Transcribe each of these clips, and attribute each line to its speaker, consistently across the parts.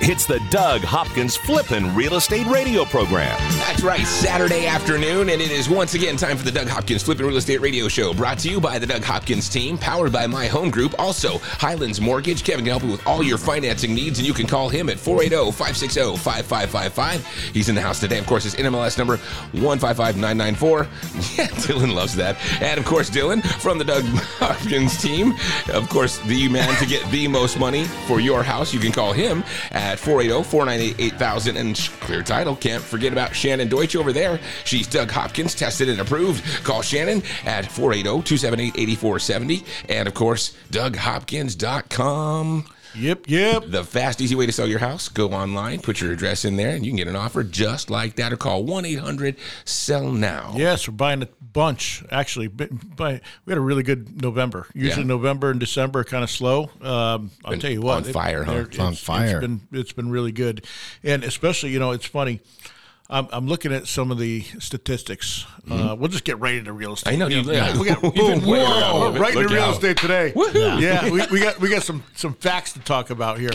Speaker 1: It's the Doug Hopkins Flippin' Real Estate Radio Program.
Speaker 2: That's right, Saturday afternoon, and it is once again time for the Doug Hopkins Flippin' Real Estate Radio Show, brought to you by the Doug Hopkins team, powered by My Home Group, also Highlands Mortgage. Kevin can help you with all your financing needs, and you can call him at oh, 480 560 5555. He's in the house today. Of course, his NMLS number 155994. Yeah, Dylan loves that. And of course, Dylan from the Doug Hopkins team. Of course, the man to get the most money for your house. You can call him at oh, at 480-498-8000 and clear title. Can't forget about Shannon Deutsch over there. She's Doug Hopkins, tested and approved. Call Shannon at oh, 480-278-8470 and of course, DougHopkins.com.
Speaker 3: Yep, yep.
Speaker 2: The fast, easy way to sell your house. Go online, put your address in there, and you can get an offer just like that. Or call 1 800 Sell Now.
Speaker 3: Yes, we're buying a bunch. Actually, b- buy, we had a really good November. Usually,
Speaker 2: Yeah.
Speaker 3: November and December are kind of slow. Um, I'll
Speaker 2: Been
Speaker 3: tell you what,
Speaker 2: on fire, huh?
Speaker 3: they're-
Speaker 2: It's
Speaker 3: it's-
Speaker 4: on fire.
Speaker 3: It's been it's been really good, and especially you know it's funny. I'm, I'm looking at some of the statistics. Uh, we'll just get right into real estate.
Speaker 2: Mm-hmm. I know, you- yeah.
Speaker 3: we got
Speaker 2: You've been way
Speaker 3: whoa,
Speaker 2: around
Speaker 3: we're
Speaker 2: it.
Speaker 3: right into
Speaker 2: Look
Speaker 3: real
Speaker 2: out.
Speaker 3: estate today.
Speaker 2: Woohoo.
Speaker 3: Yeah, we, we got we got some some facts to talk about here.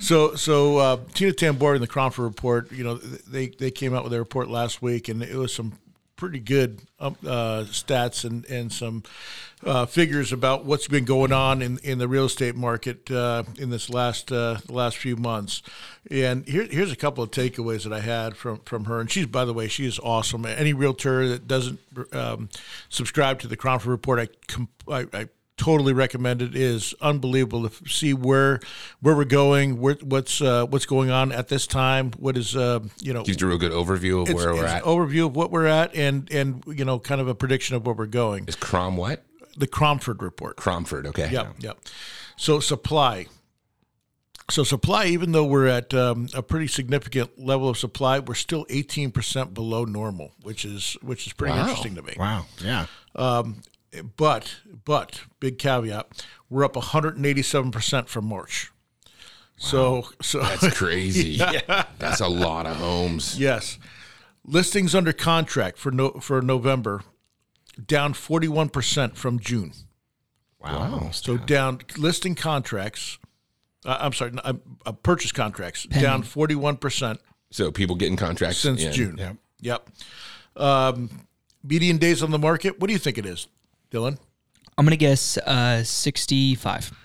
Speaker 3: So so uh, Tina Tambor and the Cromford report, you know, th- they they came out with their report last week, and it was some pretty good um, uh, stats and and some uh, figures about what's been going on in, in the real estate market uh, in this last uh, the last few months. And here, here's a couple of takeaways that I had from from her. And she's by the way, she is awesome. Any realtor that doesn't um, subscribe to the Cromford report, I com- I, I totally recommend it. It is unbelievable to f- see where where we're going, where, what's uh, what's going on at this time, what is uh, you know
Speaker 2: Gives you a real good overview of where we're
Speaker 3: it's
Speaker 2: at.
Speaker 3: an overview of what we're at and and you know kind of a prediction of where we're going.
Speaker 2: Is Crom what?
Speaker 3: The Cromford report.
Speaker 2: Cromford, okay.
Speaker 3: Yep, yep. So supply. So supply, even though we're at um, a pretty significant level of supply, we're still eighteen percent below normal, which is which is pretty interesting to me.
Speaker 4: Wow. Yeah.
Speaker 3: But but big caveat, we're up one hundred and eighty seven percent from March. So so
Speaker 2: That's crazy. That's a lot of homes.
Speaker 3: Yes. Listings under contract for no, for November down 41% from June.
Speaker 4: Wow.
Speaker 3: So down listing contracts uh, I'm sorry, uh, uh, purchase contracts down 41%
Speaker 2: So people getting contracts
Speaker 3: since
Speaker 2: in.
Speaker 3: June.
Speaker 4: Yep.
Speaker 3: Yep. Um, median days on the market, what do you think it is, Dylan?
Speaker 5: I'm gonna guess uh, 65.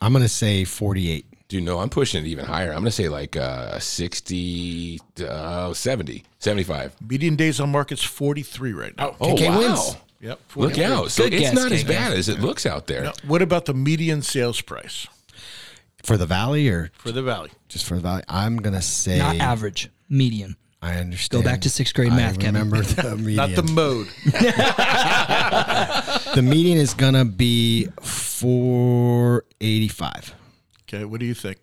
Speaker 4: I'm gonna say 48.
Speaker 2: Dude, no, I'm pushing it even higher. I'm going to say like uh, 60, uh, 70, 75.
Speaker 3: Median days on market's 43 right now.
Speaker 2: Oh,
Speaker 4: KK
Speaker 2: wow.
Speaker 4: wins.
Speaker 3: Yep. 43.
Speaker 2: Look out. So
Speaker 5: Good
Speaker 2: it's
Speaker 5: guess,
Speaker 2: not as
Speaker 5: KK.
Speaker 2: bad as it looks out there.
Speaker 3: Now, what about the median sales price
Speaker 4: For the valley or
Speaker 3: for the valley?
Speaker 4: just for the valley? I'm gonna say
Speaker 5: Not average, median.
Speaker 4: I understand.
Speaker 5: back to sixth grade
Speaker 4: I
Speaker 5: math, Kevin.
Speaker 4: Remember the median.
Speaker 3: Not the mode.
Speaker 4: the median is gonna be 485.
Speaker 3: okay, what do you think?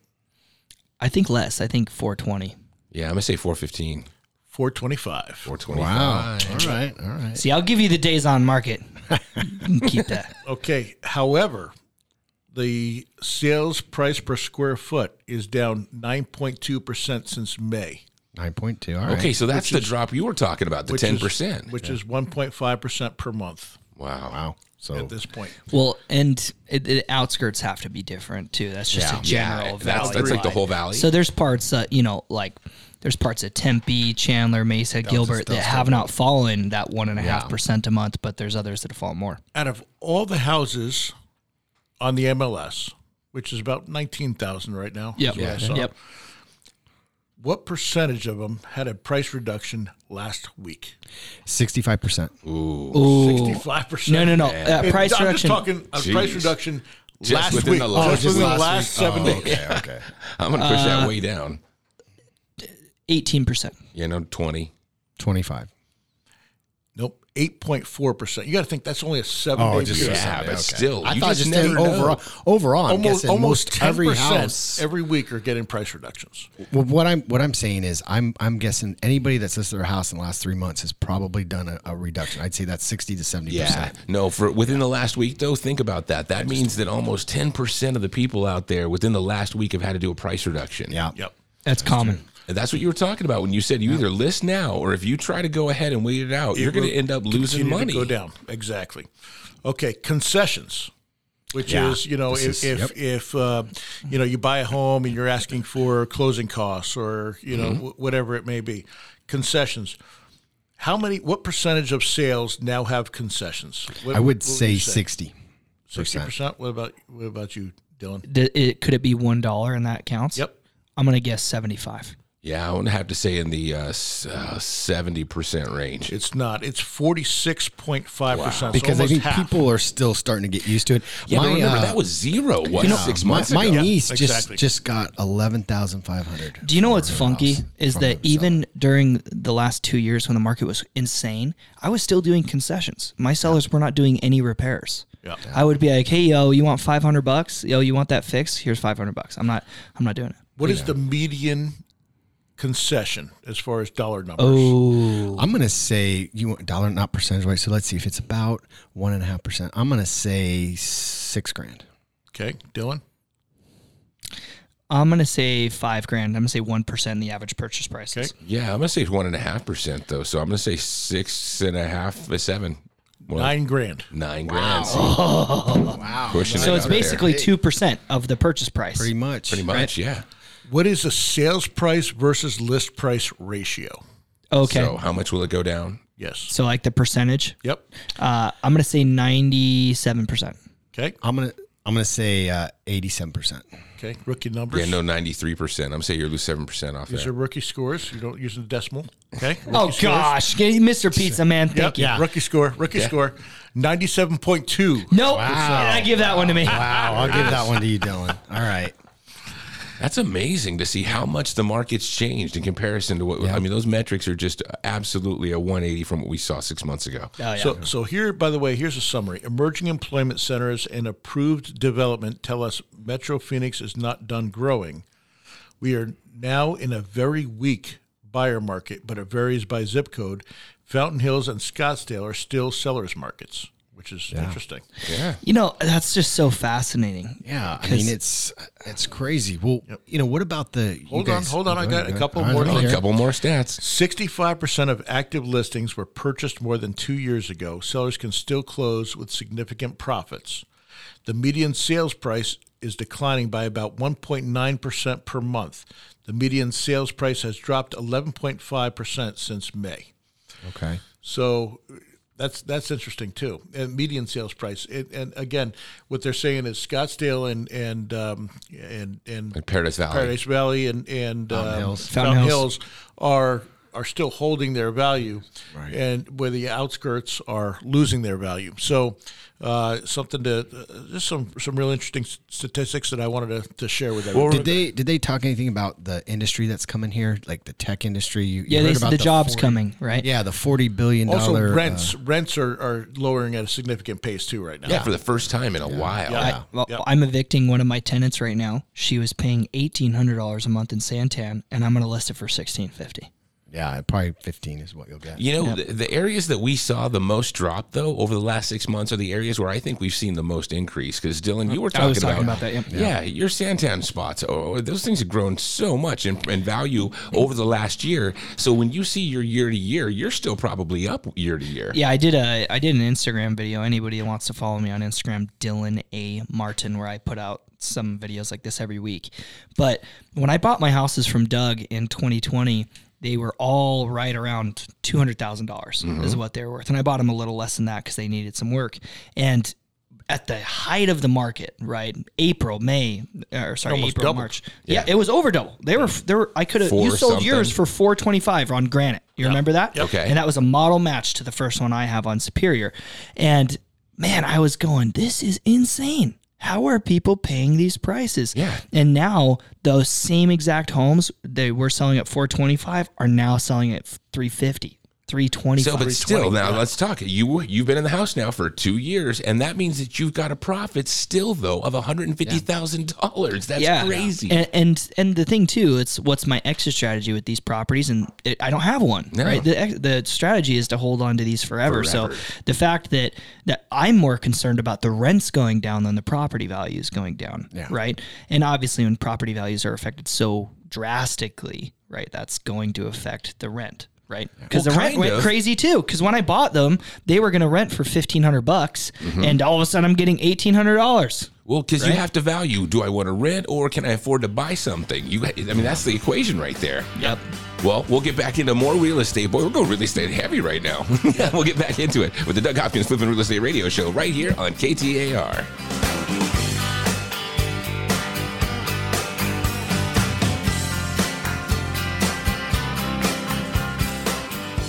Speaker 5: I think less. I think 420.
Speaker 2: Yeah, I'm going to say 415,
Speaker 3: 425.
Speaker 2: 425.
Speaker 4: Wow. All right. All right.
Speaker 5: See, I'll give you the days on market. You can keep that.
Speaker 3: Okay. However, the sales price per square foot is down 9.2% since May,
Speaker 4: Nine point two. All right.
Speaker 2: Okay, so that's the drop you were talking about, the
Speaker 3: which
Speaker 2: 10%.
Speaker 3: is, which is 1.5% per month
Speaker 2: wow.
Speaker 4: Wow. So
Speaker 3: at this point.
Speaker 5: Well, and it, the outskirts have to be different too. That's just a general
Speaker 2: Yeah, that's,
Speaker 5: valley.
Speaker 2: that's like the
Speaker 5: wide.
Speaker 2: whole valley.
Speaker 5: So there's parts that you know, like there's parts of Tempe, Chandler, Mesa, Gilbert that have not fallen that one and a half percent a month, but there's others that have fallen more.
Speaker 3: Out of all the houses on the MLS, which is about 19,000 right now, is what I saw,
Speaker 5: Yep.
Speaker 3: what percentage of them had a price reduction last week?
Speaker 4: 65 percent.
Speaker 5: Ooh.
Speaker 3: 65%.
Speaker 5: No, no, no.
Speaker 3: And
Speaker 5: Uh, price
Speaker 3: I'm just
Speaker 5: reduction.
Speaker 3: talking a price
Speaker 2: Jeez.
Speaker 3: reduction
Speaker 2: Just
Speaker 3: last
Speaker 2: within
Speaker 3: week. oh,
Speaker 2: the last- Oh,
Speaker 3: just
Speaker 2: Just
Speaker 3: within the
Speaker 4: last
Speaker 3: last seven days.
Speaker 4: Okay. Okay.
Speaker 2: I'm going to push that way down.
Speaker 5: Eighteen percent.
Speaker 2: You know, 20.
Speaker 4: 25.
Speaker 3: Nope, eight point four percent. You got to think that's only a seven.
Speaker 4: Oh,
Speaker 3: eight
Speaker 4: just
Speaker 3: year.
Speaker 4: a
Speaker 2: Yeah,
Speaker 4: seven,
Speaker 2: but
Speaker 4: okay.
Speaker 2: still,
Speaker 4: I
Speaker 2: you
Speaker 4: thought
Speaker 2: just
Speaker 4: just,
Speaker 2: never
Speaker 4: in
Speaker 2: know.
Speaker 4: overall. Overall, I'm
Speaker 3: almost
Speaker 4: guessing
Speaker 3: almost
Speaker 4: most
Speaker 3: ten
Speaker 4: every
Speaker 3: percent
Speaker 4: house.
Speaker 3: every week are getting price reductions.
Speaker 4: well, what I'm what I'm saying is, I'm I'm guessing anybody that's listed their house in the last three months has probably done a, a reduction. I'd say that's sixty to seventy
Speaker 2: Yeah.
Speaker 4: percent.
Speaker 2: No, for within the last week though, think about that. That means that almost 10% of the people out there within the last week have had to do a price reduction.
Speaker 4: Yeah.
Speaker 3: Yep.
Speaker 5: That's common.
Speaker 2: And that's what you were talking about when you said you either list now or if you try to go ahead and wait it out, you're going to
Speaker 3: will
Speaker 2: end up losing
Speaker 3: continue
Speaker 2: money.
Speaker 3: to go down exactly. Okay, concessions, which
Speaker 4: Yeah.
Speaker 3: is you know if
Speaker 4: This is-
Speaker 3: if,
Speaker 4: yep.
Speaker 3: if uh, you know you buy a home and you're asking for closing costs or you know
Speaker 4: Mm-hmm.
Speaker 3: wh- whatever it may be, concessions. How many? What percentage of sales now have concessions? What,
Speaker 4: I would
Speaker 3: what
Speaker 4: say
Speaker 3: you
Speaker 4: sixty.
Speaker 3: sixty percent. What about what about you, Dylan?
Speaker 5: Th- it, could it be one dollar and that counts?
Speaker 3: Yep.
Speaker 5: I'm gonna guess seventy-five.
Speaker 2: Yeah, I would have to say in the uh, s- uh, 70% range.
Speaker 3: It's not. It's forty six point five percent.
Speaker 4: Because I think people are still starting to get used to it.
Speaker 2: Yeah, but remember
Speaker 4: uh,
Speaker 2: that was zero, what,
Speaker 4: yeah,
Speaker 2: six
Speaker 4: my-
Speaker 2: months
Speaker 4: my,
Speaker 2: ago?
Speaker 4: niece
Speaker 3: exactly.
Speaker 4: just just got eleven thousand five hundred.
Speaker 5: Do you know what's funky is that even during the last two years when the market was insane, I was still doing concessions. My sellers were not doing any repairs.
Speaker 3: Yeah.
Speaker 5: I would be like, "Hey, yo, you want five hundred bucks? Yo, you want that fixed? Here's five hundred bucks." I'm not, I'm not doing it.
Speaker 3: What is the median concession as far as dollar numbers?
Speaker 5: Oh.
Speaker 4: I'm gonna say you want dollar not percentage wise. So let's see if it's about one and a half percent. I'm gonna say six grand.
Speaker 3: Okay, Dylan.
Speaker 5: I'm gonna say five grand. I'm gonna say one percent in the average purchase prices.
Speaker 2: Yeah, I'm going to say 1.5% though. So I'm going to say six and a half, uh, seven. Well,
Speaker 3: Nine grand.
Speaker 2: Nine grand. wow. Pushing
Speaker 5: So
Speaker 2: it
Speaker 5: it's
Speaker 2: out there.
Speaker 5: basically two percent of the purchase price.
Speaker 4: Pretty much.
Speaker 2: Pretty much, yeah.
Speaker 3: What is the sales price versus list price ratio?
Speaker 5: okay,
Speaker 2: So
Speaker 5: so,
Speaker 2: how much will it go down?
Speaker 3: Yes.
Speaker 5: like the percentage,
Speaker 3: Yep.
Speaker 5: uh, I'm gonna say ninety-seven percent.
Speaker 3: Okay.
Speaker 4: I'm gonna I'm gonna say uh, eighty-seven percent.
Speaker 3: Okay. Rookie
Speaker 2: Yeah,
Speaker 3: numbers.
Speaker 2: no, ninety three percent. I'm saying you lose seven percent off
Speaker 3: These
Speaker 2: that.
Speaker 3: are rookie scores. You don't use the decimal. Okay.
Speaker 5: Oh
Speaker 3: Rookie scores.
Speaker 5: gosh, Get- Mr. Pizza Man,
Speaker 3: Yep.
Speaker 5: thank you.
Speaker 3: Yeah. Rookie score. Rookie score. Ninety-seven point two.
Speaker 5: Nope. I give that one to me.
Speaker 4: Wow, I'll give that one to you, Dylan. All right.
Speaker 2: That's amazing to see how much the market's changed in comparison to what. I mean, those metrics are just absolutely a one eighty from what we saw six months ago.
Speaker 5: Oh, yeah.
Speaker 3: So, so here, by the way, here's a summary. Emerging employment centers and approved development tell us Metro Phoenix is not done growing. We are now in a very weak buyer market, but it varies by zip code. Fountain Hills and Scottsdale are still sellers markets, which is interesting.
Speaker 5: you know, that's just so fascinating.
Speaker 4: Yeah, I mean it's it's crazy. Well, you know what about the? you
Speaker 3: Hold on,
Speaker 4: guys-
Speaker 3: hold on, I
Speaker 4: Go
Speaker 3: got
Speaker 4: ahead,
Speaker 3: a
Speaker 4: go
Speaker 3: couple
Speaker 4: ahead.
Speaker 3: more
Speaker 4: All right,
Speaker 2: Oh, a
Speaker 4: here.
Speaker 2: couple more stats.
Speaker 3: 65% of active listings were purchased more than two years ago. Sellers can still close with significant profits. The median sales price is declining by about 1.9% per month. The median sales price has dropped 11.5% since May.
Speaker 4: Okay.
Speaker 3: So that's that's interesting too. And median sales price. It, and again, what they're saying is Scottsdale and and um, and and
Speaker 2: And Paradise Valley.
Speaker 3: Paradise Valley and and um,
Speaker 4: Hills.
Speaker 5: Fountain
Speaker 3: Fountain
Speaker 5: Hills.
Speaker 3: Hills. are are still holding their value, and where the outskirts are losing their value. So, uh, something to uh, just some some real interesting s- statistics that I wanted to, to share with everyone.
Speaker 4: Did they did they talk anything about the industry that's coming here, like the tech industry? You, you
Speaker 5: Yeah,
Speaker 4: heard
Speaker 5: they
Speaker 4: about
Speaker 5: said the jobs
Speaker 4: 40
Speaker 5: coming, right?
Speaker 4: Yeah, the forty billion
Speaker 3: also,
Speaker 4: dollar uh,
Speaker 3: rents rents are, are lowering at a significant pace too right now.
Speaker 2: Yeah, for the first time in a while.
Speaker 5: I, well, I'm evicting one of my tenants right now. She was paying eighteen hundred dollars a month in Santan, and I'm going to list it for sixteen fifty.
Speaker 4: yeah, probably fifteen is what you'll get.
Speaker 2: You know, the, the areas that we saw the most drop though over the last six months are the areas where I think we've seen the most increase. Because Dylan, you were talking,
Speaker 5: I was talking about that, yeah.
Speaker 2: Yeah, your Santan spots. Oh, those things have grown so much in, in value over the last year. So when you see your year to year, you're still probably up year to year.
Speaker 5: Yeah, I did a I did an Instagram video. Anybody that wants to follow me on Instagram, Dylan A Martin, where I put out some videos like this every week. But when I bought my houses from Doug in 2020, they were all right around two dollars is what they were worth, and I bought them a little less than that because they needed some work. And at the height of the market, right? April, May, or sorry, April, March. Yeah. it was over double. They were there were I could have you
Speaker 2: Four
Speaker 5: sold yours
Speaker 2: something.
Speaker 5: for 425 on Granite. You remember that?
Speaker 2: Okay.
Speaker 5: And that was a model match to the first one I have on Superior. And man, I was going, this is insane. How are people paying these prices?
Speaker 2: Yeah.
Speaker 5: And now those same exact homes they were selling at 425 are now selling at 350. 325.
Speaker 2: So, but still, now let's talk. You you've been in the house now for two years, and that means that you've got a profit still though of one hundred and fifty thousand dollars. That's crazy.
Speaker 5: And, and and the thing too, it's what's my exit strategy with these properties, and it, I don't have one.
Speaker 2: No.
Speaker 5: Right. The ex- the strategy is to hold on to these forever.
Speaker 2: Forever.
Speaker 5: So the fact that that I'm more concerned about the rents going down than the property values going down.
Speaker 4: Yeah.
Speaker 5: Right. And obviously, when property values are affected so drastically, right, that's going to affect the rent. Right, because
Speaker 2: Well,
Speaker 5: the rent
Speaker 2: kind
Speaker 5: went
Speaker 2: of.
Speaker 5: crazy too. Because when I bought them, they were going to rent for fifteen hundred bucks,
Speaker 2: Mm-hmm.
Speaker 5: and all of a sudden I'm getting eighteen hundred dollars.
Speaker 2: Well, because you have to value: do I want to rent or can I afford to buy something? You, I mean, that's the equation right there.
Speaker 5: Yep.
Speaker 2: Well, we'll get back into more real estate. Boy, we're going real estate heavy right now. we'll get back into it with the Doug Hopkins Flipping Real Estate Radio Show right here on KTAR.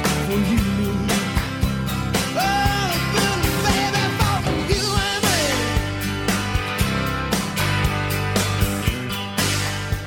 Speaker 6: for you. Oh, little baby, for you and me.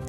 Speaker 4: With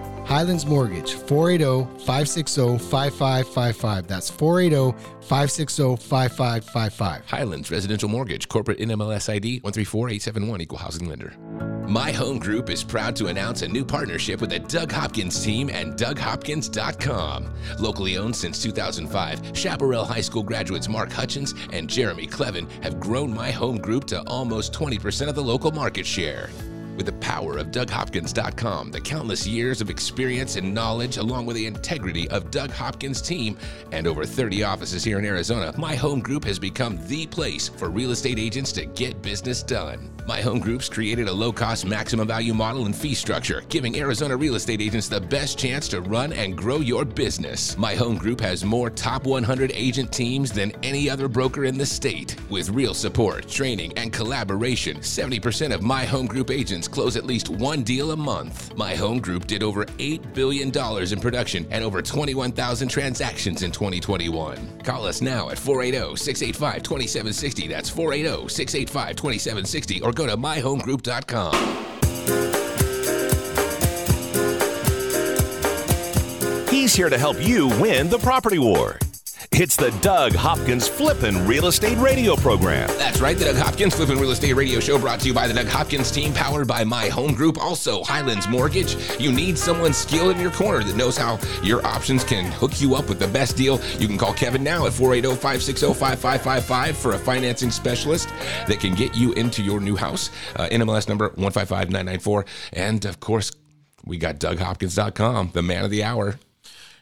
Speaker 4: Highlands Mortgage, oh, 480 560 5555. That's oh, 480 560 5555.
Speaker 2: Highlands Residential Mortgage, corporate NMLS ID 134871, equal housing lender. My Home Group is proud to announce a new partnership with the Doug Hopkins team and DougHopkins.com. Locally owned since 2005, Chaparral High School graduates Mark Hutchins and Jeremy Clevin have grown My Home Group to almost 20% of the local market share. With the power of DougHopkins.com, the countless years of experience and knowledge, along with the integrity of Doug Hopkins' team, and over 30 offices here in Arizona, My Home Group has become the place for real estate agents to get business done. My Home Group's created a low cost, maximum value model and fee structure, giving Arizona real estate agents the best chance to run and grow your business. My Home Group has more top 100 agent teams than any other broker in the state. With real support, training, and collaboration, 70% of My Home Group agents close at least one deal a month. My Home Group did over $8 billion in production and over 21,000 transactions in 2021. Call us now at 480 685 2760. That's 480 685 2760 or go to myhomegroup.com.
Speaker 1: He's here to help you win the property war. It's the Doug Hopkins Flippin' Real Estate Radio Program.
Speaker 2: That's right, the Doug Hopkins Flippin' Real Estate Radio Show brought to you by the Doug Hopkins team, powered by My Home Group, also Highlands Mortgage. You need someone skilled in your corner that knows how your options can hook you up with the best deal. You can call Kevin now at oh, 480 560 5555 for a financing specialist that can get you into your new house. Uh, NMLS number 155994. And of course, we got DougHopkins.com, the man of the hour.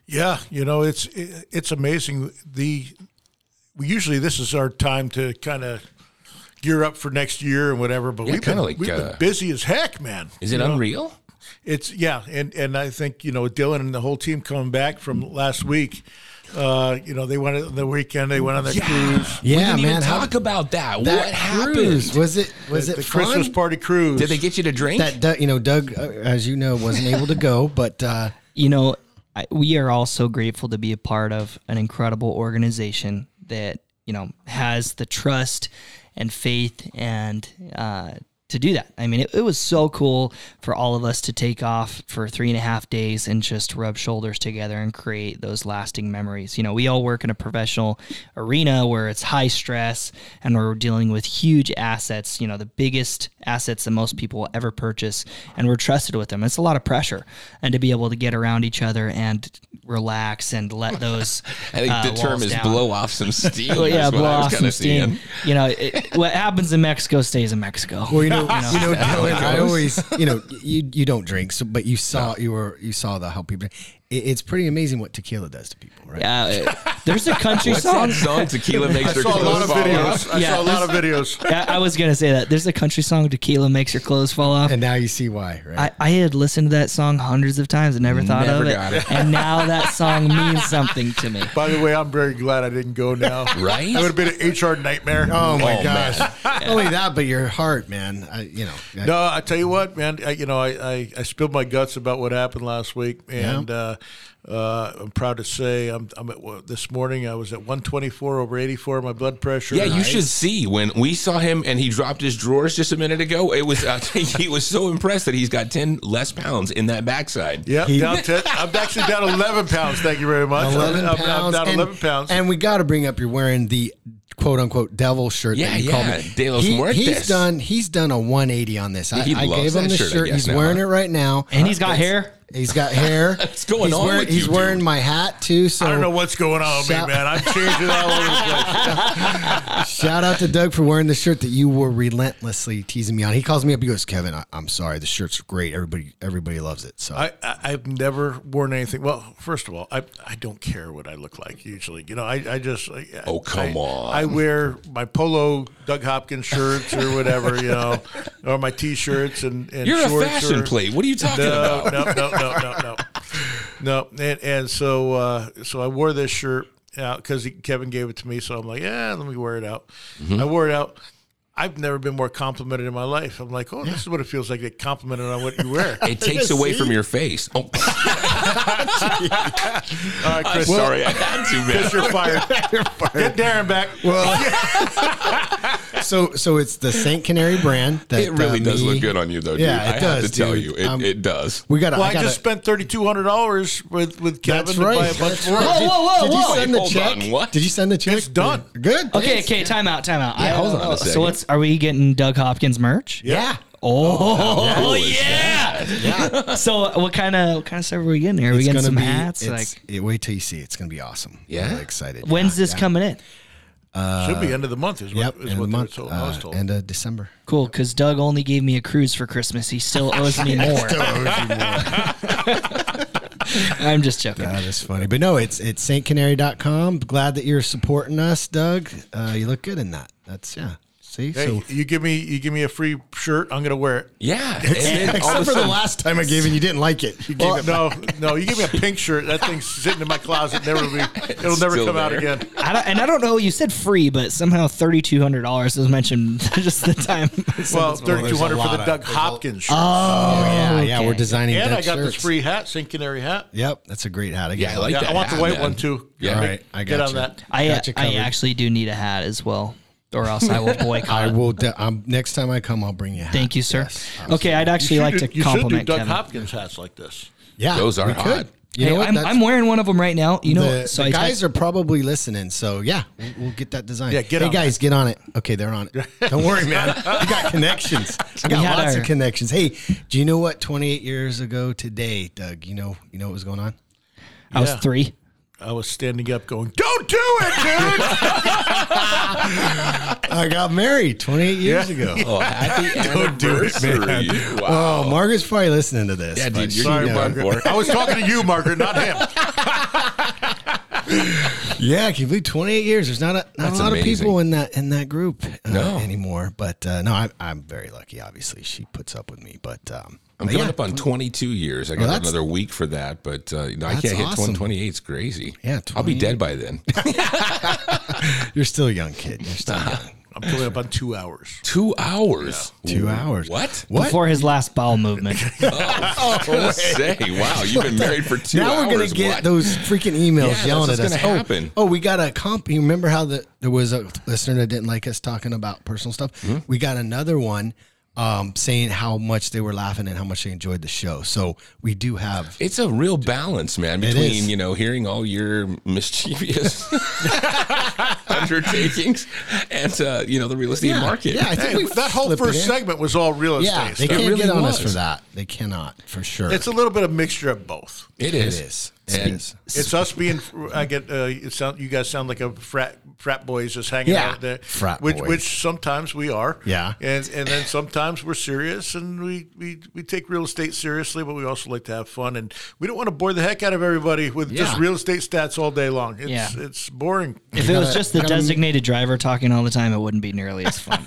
Speaker 3: Yeah, you know it's it, it's amazing. The we usually this is our time to kind of gear up for next year and whatever, but we've, been,
Speaker 2: kinda like,
Speaker 3: we've
Speaker 2: uh,
Speaker 3: been busy as heck, man.
Speaker 2: Is it
Speaker 3: You know,
Speaker 2: unreal?
Speaker 3: It's yeah, and and I think you know Dylan and the whole team coming back from last week. Uh, you know they went on the weekend. They went on their cruise.
Speaker 2: we
Speaker 4: Yeah,
Speaker 2: didn't
Speaker 4: man.
Speaker 2: Even
Speaker 4: how-
Speaker 2: talk about that.
Speaker 4: that
Speaker 2: what happened?
Speaker 4: cruise, Was it was
Speaker 3: the
Speaker 4: it fun?
Speaker 3: Christmas party cruise.
Speaker 2: Did they get you to drink?
Speaker 4: that Doug- you know Doug, uh, as you know, wasn't able to go, but uh,
Speaker 5: you know, I, we are all so grateful to be a part of an incredible organization that you know has the trust and faith and uh, to do that. I mean, it, it was so cool for all of us to take off for three and a half days and just rub shoulders together and create those lasting memories. You know, we all work in a professional arena where it's high stress and we're dealing with huge assets. You know, the biggest assets that most people will ever purchase, and we're trusted with them. It's a lot of pressure, and to be able to get around each other and relax and let those.
Speaker 2: I think
Speaker 5: uh,
Speaker 2: the term
Speaker 5: walls
Speaker 2: is
Speaker 5: down.
Speaker 2: blow off some steam.
Speaker 5: Well, yeah,
Speaker 2: is what
Speaker 5: blow
Speaker 2: I was
Speaker 5: off some
Speaker 2: kinda seeing.
Speaker 5: steam. You know, it, what happens in Mexico stays in Mexico.
Speaker 4: well, you know, you know, Dylan,
Speaker 2: it
Speaker 4: I
Speaker 2: goes.
Speaker 4: always, you know, you you don't drink, so but you saw you were you saw the how people. It, it's pretty amazing what tequila does to people, right?
Speaker 5: Uh, it- there's a country
Speaker 2: What's that
Speaker 5: song.
Speaker 2: song? Tequila makes
Speaker 3: I
Speaker 2: her
Speaker 3: saw a
Speaker 2: clothes
Speaker 3: lot of
Speaker 2: fall off.
Speaker 3: videos. I
Speaker 5: Yeah,
Speaker 3: saw a lot of videos.
Speaker 5: Yeah, I was gonna say that. There's a country song, "Tequila Makes Your Clothes Fall Off."
Speaker 4: And now you see why, right?
Speaker 5: I, I had listened to that song hundreds of times and never thought
Speaker 2: Never
Speaker 5: of it.
Speaker 2: got it.
Speaker 5: And now that song means something to me.
Speaker 3: By the way, I'm very glad I didn't go now.
Speaker 2: Right?
Speaker 3: That would have been an HR nightmare.
Speaker 4: oh my
Speaker 2: Oh, man.
Speaker 4: gosh! Not Only that, but your heart, man. I, you know, I-
Speaker 3: No, I tell you what, man. I, you know, I, I, I spilled my guts about what happened last week, and uh, uh, I'm proud to say I'm, I'm at, well, this morning I was at 124 over 84 my blood pressure.
Speaker 2: Yeah, you should see when we saw him and he dropped his drawers just a minute ago. It was uh, he was so impressed that he's got ten less pounds in that backside.
Speaker 3: Yep, down ten, I'm actually down 11 pounds. Thank you very much.
Speaker 4: 11
Speaker 3: I'm, I'm-
Speaker 4: pounds.
Speaker 3: I'm down
Speaker 4: and,
Speaker 3: 11 pounds.
Speaker 4: And we got to bring up you're wearing the quote unquote devil shirt
Speaker 2: Yeah,
Speaker 4: that you
Speaker 2: yeah,
Speaker 4: called me.
Speaker 2: De Los Muertos.
Speaker 4: He's done, he's done a 180 on this. I,
Speaker 2: He
Speaker 4: I
Speaker 2: loves
Speaker 4: gave him
Speaker 2: that
Speaker 4: the
Speaker 2: shirt, I
Speaker 4: shirt.
Speaker 2: guess,
Speaker 4: He's
Speaker 2: now,
Speaker 4: wearing
Speaker 2: huh?
Speaker 4: it right now.
Speaker 5: And he's got hair.
Speaker 4: He's got hair.
Speaker 2: What's going
Speaker 4: he's
Speaker 2: on
Speaker 4: Wearing,
Speaker 2: with
Speaker 4: he's
Speaker 2: you,
Speaker 4: wearing
Speaker 2: dude?
Speaker 4: my hat too. So
Speaker 3: I don't know what's going on with me,
Speaker 4: Shout-
Speaker 3: man. I'm changing all over the place.
Speaker 4: Shout out to Doug for wearing the shirt that you were relentlessly teasing me on. He calls me up. He goes, Kevin, I, I'm sorry. The shirt's great. Everybody, everybody loves it. So
Speaker 3: I, I I've never worn anything. Well, first of all, I I don't care what I look like usually. You know, I I just I,
Speaker 2: Oh, come
Speaker 3: I-
Speaker 2: on.
Speaker 3: I wear my polo Doug Hopkins shirts or whatever you know, or my t-shirts and and
Speaker 2: You're a
Speaker 3: shorts
Speaker 2: fashion
Speaker 3: or-
Speaker 2: plate. What are you talking
Speaker 3: no,
Speaker 2: about?
Speaker 3: no, no, no, no, no, no. And, and so, uh, so I wore this shirt out because Kevin gave it to me. So I'm like, yeah, let me wear it out.
Speaker 4: Mm-hmm.
Speaker 3: I wore it out. I've never been more complimented in my life. I'm like, oh, this is what it feels like to get complimented on what you wear.
Speaker 2: It takes away from your face. Oh,
Speaker 3: All right,
Speaker 2: I'm
Speaker 3: Chris.
Speaker 2: sorry, I had to, man.
Speaker 3: Chris, you're fired. Get Darren back. Well,
Speaker 4: so so it's the Saint Canary brand. That,
Speaker 2: It really
Speaker 4: uh,
Speaker 2: does
Speaker 4: me-
Speaker 2: look good on you, though.
Speaker 4: Yeah,
Speaker 2: dude.
Speaker 4: it
Speaker 2: I
Speaker 4: does.
Speaker 2: have to tell
Speaker 4: dude.
Speaker 2: you, it,
Speaker 4: Um,
Speaker 2: it does.
Speaker 4: We got.
Speaker 3: well, I,
Speaker 4: gotta,
Speaker 3: just spent thirty two hundred dollars with with Kevin
Speaker 4: That's
Speaker 3: to
Speaker 4: right.
Speaker 3: buy a bunch
Speaker 4: That's
Speaker 3: more.
Speaker 4: right.
Speaker 5: Whoa, whoa, whoa,
Speaker 4: Did you
Speaker 5: whoa.
Speaker 4: send the
Speaker 2: Hold
Speaker 4: check?
Speaker 2: on, what?
Speaker 4: Did you send the check?
Speaker 3: It's done.
Speaker 4: Good.
Speaker 5: Okay,
Speaker 4: thanks.
Speaker 5: okay, time out, time out. I
Speaker 2: hold
Speaker 5: don't
Speaker 2: on a
Speaker 5: know.
Speaker 2: second.
Speaker 5: So what's are we getting Doug Hopkins merch?
Speaker 4: Yeah.
Speaker 5: Oh,
Speaker 2: Cool as
Speaker 5: yeah.
Speaker 4: Yeah.
Speaker 5: So what kind of what kind of stuff are we getting here? Are we getting some hats? Like
Speaker 4: it's- it- wait till you see. it. It's gonna be awesome.
Speaker 2: Yeah?
Speaker 4: I'm really excited.
Speaker 2: Ah,
Speaker 5: when's
Speaker 4: Yeah,
Speaker 5: this
Speaker 4: yeah.
Speaker 5: coming in?
Speaker 3: Should be end of the month is what
Speaker 4: Uh, Yep.
Speaker 3: is
Speaker 4: end
Speaker 3: what
Speaker 4: of the
Speaker 3: they were
Speaker 4: month.
Speaker 3: told, I was
Speaker 4: uh,
Speaker 3: told.
Speaker 4: End of December.
Speaker 5: Cool, because Doug only gave me a cruise for Christmas. He still owes me more. I'm just joking.
Speaker 4: That is funny. But no, it's it's saintcanary.com. Glad that you're supporting us, Doug. Uh, you look good in that. That's yeah. See?
Speaker 3: Hey,
Speaker 4: so
Speaker 3: you give me you give me a free shirt, I'm gonna wear it.
Speaker 2: Yeah. And then all of a
Speaker 4: except for the
Speaker 2: sudden-
Speaker 4: last time I gave and you didn't like it. You gave
Speaker 3: Well,
Speaker 4: it
Speaker 3: no, no, you give me a pink shirt. That thing's sitting in my closet. Never be. It'll never
Speaker 2: still
Speaker 3: come out
Speaker 2: there.
Speaker 3: again.
Speaker 5: I don't, and I don't know. You said free, but somehow thirty two hundred dollars was mentioned just the time. I said
Speaker 3: Well,
Speaker 5: this
Speaker 3: thirty two hundred
Speaker 4: Well,
Speaker 3: for
Speaker 4: there's
Speaker 3: the
Speaker 4: a
Speaker 3: Doug
Speaker 4: lot of-
Speaker 3: Hopkins shirt,
Speaker 4: Oh yeah, yeah.
Speaker 5: okay.
Speaker 4: We're designing.
Speaker 3: and I
Speaker 4: Doug
Speaker 3: got this
Speaker 4: shirts.
Speaker 3: free hat, Saint Canary hat.
Speaker 4: Yep, that's a great hat. I,
Speaker 2: Yeah, I like
Speaker 3: Yeah,
Speaker 2: that.
Speaker 3: I want the
Speaker 2: hat,
Speaker 3: white
Speaker 2: man.
Speaker 3: one too.
Speaker 2: Yeah.
Speaker 4: All right, I got
Speaker 3: Get on
Speaker 4: you.
Speaker 3: that.
Speaker 5: I uh,
Speaker 4: Gotcha
Speaker 5: I
Speaker 4: covered.
Speaker 5: actually do need a hat as well, or else I will
Speaker 4: I
Speaker 5: boycott.
Speaker 4: will. De- um, next time I come, I'll bring you. A hat.
Speaker 5: Thank you, sir.
Speaker 4: Yes, absolutely.
Speaker 5: okay, I'd actually
Speaker 3: You
Speaker 5: like
Speaker 3: should
Speaker 5: to
Speaker 3: do- you should do
Speaker 5: compliment
Speaker 3: Doug
Speaker 5: Kevin.
Speaker 3: Hopkins hats like this.
Speaker 4: Yeah,
Speaker 2: Those are
Speaker 4: we
Speaker 2: hot.
Speaker 4: could. You
Speaker 5: Hey,
Speaker 4: know what?
Speaker 5: I'm,
Speaker 4: That's-
Speaker 5: I'm wearing one of them right now. You know,
Speaker 4: the,
Speaker 5: so
Speaker 4: the
Speaker 5: I
Speaker 4: guys are probably listening, so yeah, we'll, we'll get that design.
Speaker 3: Yeah, get
Speaker 4: hey
Speaker 3: on
Speaker 4: guys, get on it. Okay, they're on it. Don't worry, man. I got connections. I got
Speaker 5: We had
Speaker 4: lots
Speaker 5: our-
Speaker 4: of connections. Hey, do you know what? Twenty eight years ago today, Doug. You know, you know what was going on?
Speaker 5: I was
Speaker 3: Yeah.
Speaker 5: three.
Speaker 3: I was standing up, going, "Don't do it, dude!"
Speaker 4: I got married twenty eight years ago.
Speaker 2: Oh, happy anniversary! Wow.
Speaker 4: Oh, Margaret's probably Oh, listening to this.
Speaker 2: Yeah,
Speaker 4: but
Speaker 2: dude,
Speaker 4: she
Speaker 2: you're done
Speaker 4: knows.
Speaker 2: for.
Speaker 3: I was talking to you, Margaret, not him.
Speaker 4: Yeah, can you believe 28 years? There's not a not
Speaker 2: That's
Speaker 4: a lot of
Speaker 2: amazing.
Speaker 4: people in that in that group uh,
Speaker 2: No.
Speaker 4: anymore. But uh, no, I, I'm very lucky. Obviously, she puts up with me. But um,
Speaker 2: I'm
Speaker 4: but
Speaker 2: coming
Speaker 4: yeah.
Speaker 2: up on 22 years. I got
Speaker 4: Well, that's-
Speaker 2: another week for that, but uh, you know, I
Speaker 4: That's
Speaker 2: can't hit
Speaker 4: awesome.
Speaker 2: 28. It's crazy.
Speaker 4: Yeah,
Speaker 2: I'll be
Speaker 4: 28.
Speaker 2: dead by then.
Speaker 4: You're still a young kid. You're still young.
Speaker 3: I'm coming up on two hours.
Speaker 2: Two hours.
Speaker 4: Two hours.
Speaker 2: What?
Speaker 4: What?
Speaker 5: Before his last bowel movement.
Speaker 2: I was gonna say, wow, you've been married for two
Speaker 4: now
Speaker 2: hours.
Speaker 4: we're gonna get
Speaker 2: What?
Speaker 4: those freaking emails
Speaker 2: Yeah,
Speaker 4: yelling
Speaker 2: that's
Speaker 4: at
Speaker 2: what's
Speaker 4: us.
Speaker 2: gonna
Speaker 4: Oh,
Speaker 2: happen.
Speaker 4: Oh, we got a comp. You remember how the, there was a listener that didn't like us talking about personal stuff?
Speaker 2: Mm-hmm.
Speaker 4: We got another one um, saying how much they were laughing and how much they enjoyed the show. So we do have.
Speaker 2: It's a real balance, man,
Speaker 4: It
Speaker 2: between
Speaker 4: is.
Speaker 2: you know hearing all your mischievous undertakings and uh, you know the real estate market.
Speaker 4: Yeah, I think
Speaker 3: Hey,
Speaker 4: we
Speaker 3: that whole
Speaker 4: flip it
Speaker 3: first
Speaker 4: in.
Speaker 3: segment was all real estate.
Speaker 4: Yeah, they
Speaker 3: stuff.
Speaker 4: can't
Speaker 2: really
Speaker 4: get on
Speaker 2: was.
Speaker 4: us for that. They cannot for sure.
Speaker 3: It's a little bit of mixture of both.
Speaker 2: it
Speaker 4: it
Speaker 2: is.
Speaker 4: is. It
Speaker 2: And
Speaker 4: is.
Speaker 3: It's us being. I get. Uh, it sound. You guys sound like a frat frat boys just hanging
Speaker 4: Yeah,
Speaker 3: out there.
Speaker 4: frat
Speaker 3: which,
Speaker 4: boys.
Speaker 3: Which sometimes we are.
Speaker 4: Yeah.
Speaker 3: And and then sometimes we're serious and we, we we take real estate seriously, but we also like to have fun and we don't want to bore the heck out of everybody with just
Speaker 4: Yeah.
Speaker 3: real estate stats all day long. It's
Speaker 5: Yeah.
Speaker 3: it's boring.
Speaker 5: If it was just the
Speaker 4: gotta-
Speaker 5: designated driver talking all the time, it wouldn't be nearly as fun.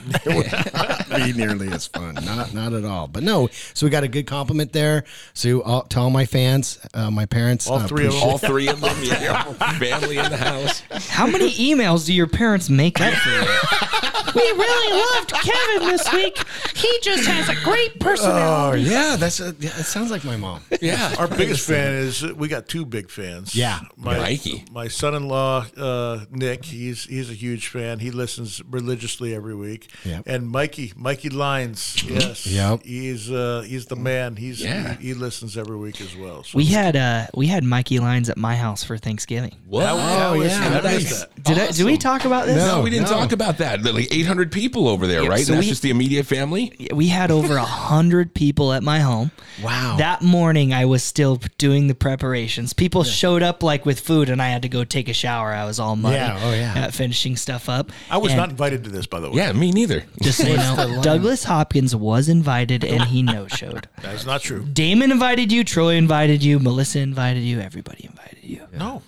Speaker 4: be nearly as fun. Not not at all. But no, so we got a good compliment there. So all, to all my fans, uh, my parents,
Speaker 3: All
Speaker 4: uh,
Speaker 3: three of them.
Speaker 2: All three of them, yeah, your whole family in the house.
Speaker 5: How many emails do your parents make up for you? we really loved Kevin this week. He just has a great personality.
Speaker 4: Yeah, that's a, yeah, it sounds like my mom.
Speaker 2: Yeah,
Speaker 3: Our biggest fan is uh, we got two big fans.
Speaker 4: Yeah.
Speaker 3: my
Speaker 2: Mikey.
Speaker 3: my son-in-law uh, Nick. He's he's a huge fan. He listens religiously every week.
Speaker 4: Yep.
Speaker 3: And Mikey, Mikey Lines. Yes.
Speaker 4: Yep.
Speaker 3: He's uh, he's the man. He's
Speaker 2: Yeah.
Speaker 3: he, he listens every week as well. So
Speaker 5: We had uh, we had Mikey Lines at my house for Thanksgiving.
Speaker 2: Wow.
Speaker 3: Wow,
Speaker 4: oh, yeah,
Speaker 3: listen, I
Speaker 4: nice.
Speaker 3: missed that.
Speaker 5: Did I, did we talk about this?
Speaker 2: No,
Speaker 4: No,
Speaker 2: we didn't
Speaker 4: no.
Speaker 2: talk about that. Like 800 people over there, right?
Speaker 5: so
Speaker 2: and that's
Speaker 5: we-
Speaker 2: just the immediate family.
Speaker 5: We had over a hundred people at my home.
Speaker 4: Wow.
Speaker 5: That morning, I was still doing the preparations. People showed up like with food, and I had to go take a shower. I was all muddy.
Speaker 4: Yeah, oh, yeah.
Speaker 5: uh, finishing stuff up.
Speaker 3: I was
Speaker 5: And-
Speaker 3: not invited to this, by the way.
Speaker 2: Yeah, me neither.
Speaker 5: Just so you know, Douglas Hopkins was invited and he no showed.
Speaker 3: That's not true.
Speaker 5: Damon invited you, Troy invited you, Melissa invited you, everybody invited you.
Speaker 3: No,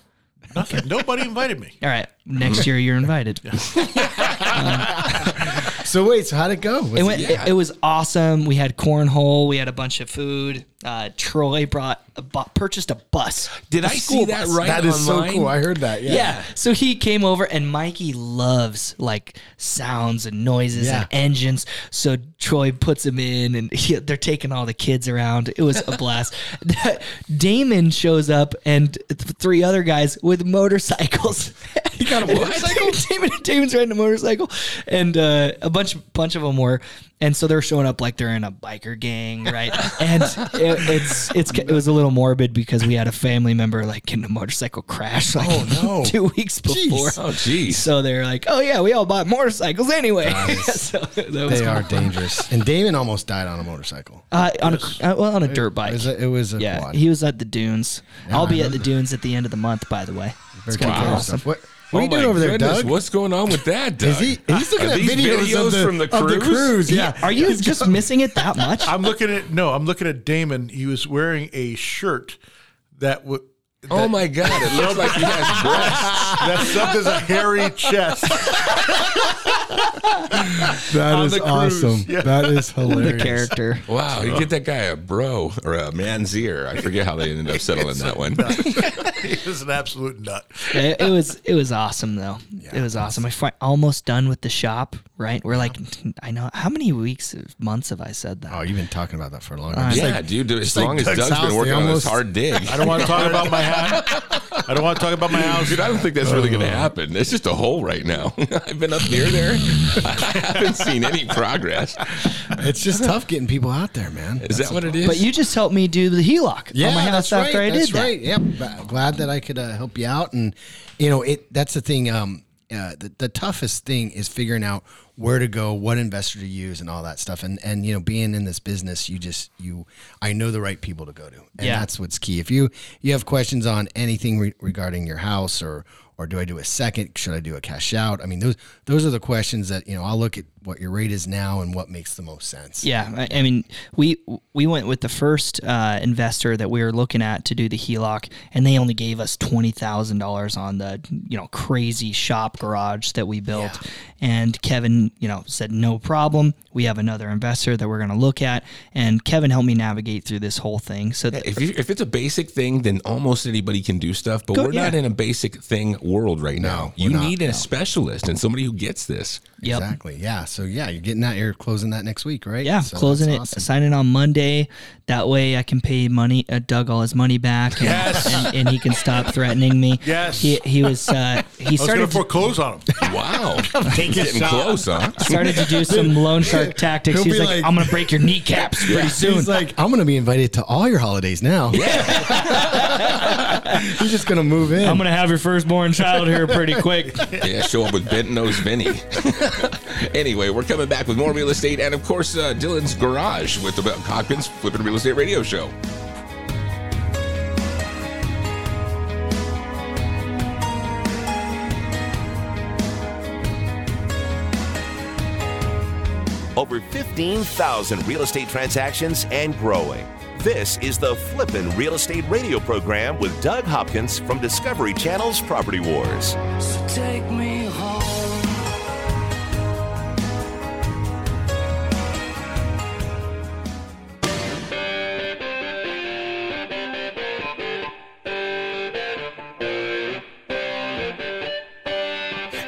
Speaker 3: nothing. Nobody invited me.
Speaker 5: All right, next year you're invited.
Speaker 4: So wait, so how'd it go? Was
Speaker 5: It, went, it, it was awesome. We had cornhole. We had a bunch of food. Uh, Troy brought a bu- purchased a bus.
Speaker 2: Did
Speaker 5: I
Speaker 2: I see that right
Speaker 4: that is
Speaker 2: online?
Speaker 4: so cool. I heard that. Yeah.
Speaker 5: Yeah. So he came over, and Mikey loves like sounds and noises and
Speaker 4: Yeah.
Speaker 5: engines. So Troy puts him in, and he, they're taking all the kids around. It was a blast. Damon shows up, and th- three other guys with motorcycles. He got a motorcycle. Damon, Damon's riding a motorcycle, and uh, a bunch bunch of them were. And so they're showing up like they're in a biker gang, right? and it, it's it's it was a little morbid because we had a family member like in a motorcycle crash like
Speaker 4: Oh, no.
Speaker 5: two weeks before.
Speaker 2: Oh, jeez.
Speaker 5: So they're like, "Oh yeah, we all bought motorcycles anyway." so that was
Speaker 4: They
Speaker 5: cool.
Speaker 4: are dangerous. And Damon almost died on a motorcycle.
Speaker 5: uh, on a uh, well on a dirt
Speaker 4: It
Speaker 5: bike.
Speaker 4: was a, it was a
Speaker 5: yeah,
Speaker 4: quad.
Speaker 5: he was at the dunes. I'll be
Speaker 4: I
Speaker 5: at the dunes at the end of the month, by the way. It's gonna be
Speaker 4: Wow.
Speaker 5: awesome.
Speaker 4: What, what are
Speaker 2: Oh
Speaker 4: you doing
Speaker 2: my
Speaker 4: over there,
Speaker 2: goodness,
Speaker 4: Doug?
Speaker 2: What's going on with that, Doug?
Speaker 4: Is he? He's looking
Speaker 2: Are
Speaker 4: at
Speaker 2: these
Speaker 4: videos, of the,
Speaker 2: from the
Speaker 4: of
Speaker 2: cruise.
Speaker 4: Yeah.
Speaker 5: Are you just missing it that much?
Speaker 3: I'm looking at no. I'm looking at Damon. He was wearing a shirt that would.
Speaker 2: Oh my God! It looks like he has breasts.
Speaker 3: That's up as a hairy chest.
Speaker 4: That
Speaker 3: on
Speaker 4: is
Speaker 3: the cruise,
Speaker 4: awesome.
Speaker 3: yeah.
Speaker 4: That is hilarious.
Speaker 5: the character.
Speaker 2: Wow! You get that guy a bro or a man's ear. I forget how they ended up settling that one.
Speaker 3: He was an absolute nut.
Speaker 5: it, it was it was awesome though. it was awesome. I fi- almost done with the shop. Right, we're like, I know how many weeks, months have I said that?
Speaker 4: Oh, you've been talking about that for a long
Speaker 5: All
Speaker 4: time.
Speaker 5: right.
Speaker 4: Just
Speaker 2: yeah,
Speaker 4: like-
Speaker 2: dude. dude, As
Speaker 4: like
Speaker 2: long as
Speaker 4: Doug's
Speaker 2: Doug's
Speaker 4: house,
Speaker 2: been
Speaker 4: they
Speaker 2: working on this
Speaker 4: almost-
Speaker 2: hard dig.
Speaker 3: I don't want to talk about my house. I don't want to talk about my house.
Speaker 2: Oh, Dude, I don't think that's really going to happen. It's just a hole right now. I've been up near there. I haven't seen any progress.
Speaker 4: It's just tough getting people out there, man.
Speaker 2: Is that what it is?
Speaker 5: But you just helped me do the E HELOC
Speaker 4: yeah,
Speaker 5: on my house
Speaker 4: that's right.
Speaker 5: after I
Speaker 4: that's
Speaker 5: did that.
Speaker 4: right. Yep. But Glad that I could uh, help you out, and you know, it. That's the thing. Um, uh, the, the toughest thing is figuring out where to go, what investor to use, and all that stuff. And and you know, being in this business, you just you I know the right people to go to, and
Speaker 5: Yeah.
Speaker 4: that's what's key. If you you have questions on anything re- regarding your house or or do I do a second? Should I do a cash out? I mean, those those are the questions that you know. I'll look at what your rate is now and what makes the most sense.
Speaker 5: Yeah, I, I mean, we we went with the first uh, investor that we were looking at to do the E HELOC, and they only gave us twenty thousand dollars on the you know crazy shop garage that we built. And Kevin, you know, said no problem. We have another investor that we're going to look at, and Kevin helped me navigate through this whole thing. So that,
Speaker 2: If, you, if it's a basic thing, then almost anybody can do stuff. But
Speaker 5: Go-
Speaker 2: we're not
Speaker 5: yeah.
Speaker 2: in a basic thing world right now. You
Speaker 4: we're not,
Speaker 2: need a specialist and somebody who gets this.
Speaker 5: yep.
Speaker 4: Exactly. Yeah. So yeah, you're getting that. You're closing that next week, right?
Speaker 5: Yeah,
Speaker 4: So
Speaker 5: closing it,
Speaker 4: that's awesome.
Speaker 5: signing on Monday. That way, I can pay money, uh, Doug, all his money back, and, and, and he can stop threatening me.
Speaker 3: Yes.
Speaker 5: he, he was. Uh, he
Speaker 3: I was going
Speaker 5: started
Speaker 3: to foreclose on him.
Speaker 2: Wow. Getting
Speaker 3: shot.
Speaker 2: close, huh?
Speaker 5: started to do some loan shark tactics.
Speaker 4: He'll
Speaker 5: He's
Speaker 4: be
Speaker 5: like,
Speaker 4: like-
Speaker 5: I'm gonna break your kneecaps pretty soon.
Speaker 4: He's like, I'm going to be invited to all your holidays now. Yeah. He's just going to move in.
Speaker 5: I'm gonna have your firstborn child here pretty quick.
Speaker 2: Yeah, show up with bent nose Vinny. anyway, we're coming back with more real estate and, of course, uh, Dylan's Garage with the Bill Cockpins Flipping Real Estate Radio Show.
Speaker 1: Over 15,000 real estate transactions and growing. This is the Flippin' Real Estate Radio program with Doug Hopkins from Discovery Channel's Property Wars.
Speaker 7: Take me home.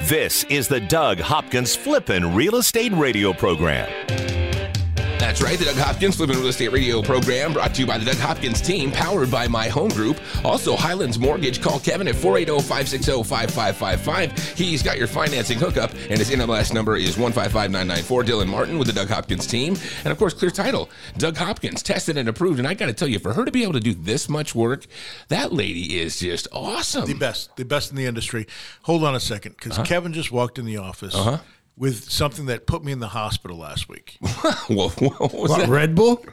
Speaker 1: This is the Doug Hopkins Flippin' Real Estate Radio program.
Speaker 2: That's right, the Doug Hopkins Flipping Real Estate Radio program brought to you by the Doug Hopkins team, powered by My Home Group. Also, Highlands Mortgage. Call Kevin at 480 560 5555. He's got your financing hookup, and his NMLS number is 155994. Dylan Martin with the Doug Hopkins team. And of course, clear title Doug Hopkins, tested and approved. And I got to tell you, for her to be able to do this much work, that lady is just awesome.
Speaker 3: The best, the best in the industry. Hold on a second, because
Speaker 4: Uh-huh.
Speaker 3: Kevin just walked in the office with something that put me in the hospital last week.
Speaker 2: Whoa, what was
Speaker 4: What,
Speaker 2: that?
Speaker 4: Red Bull?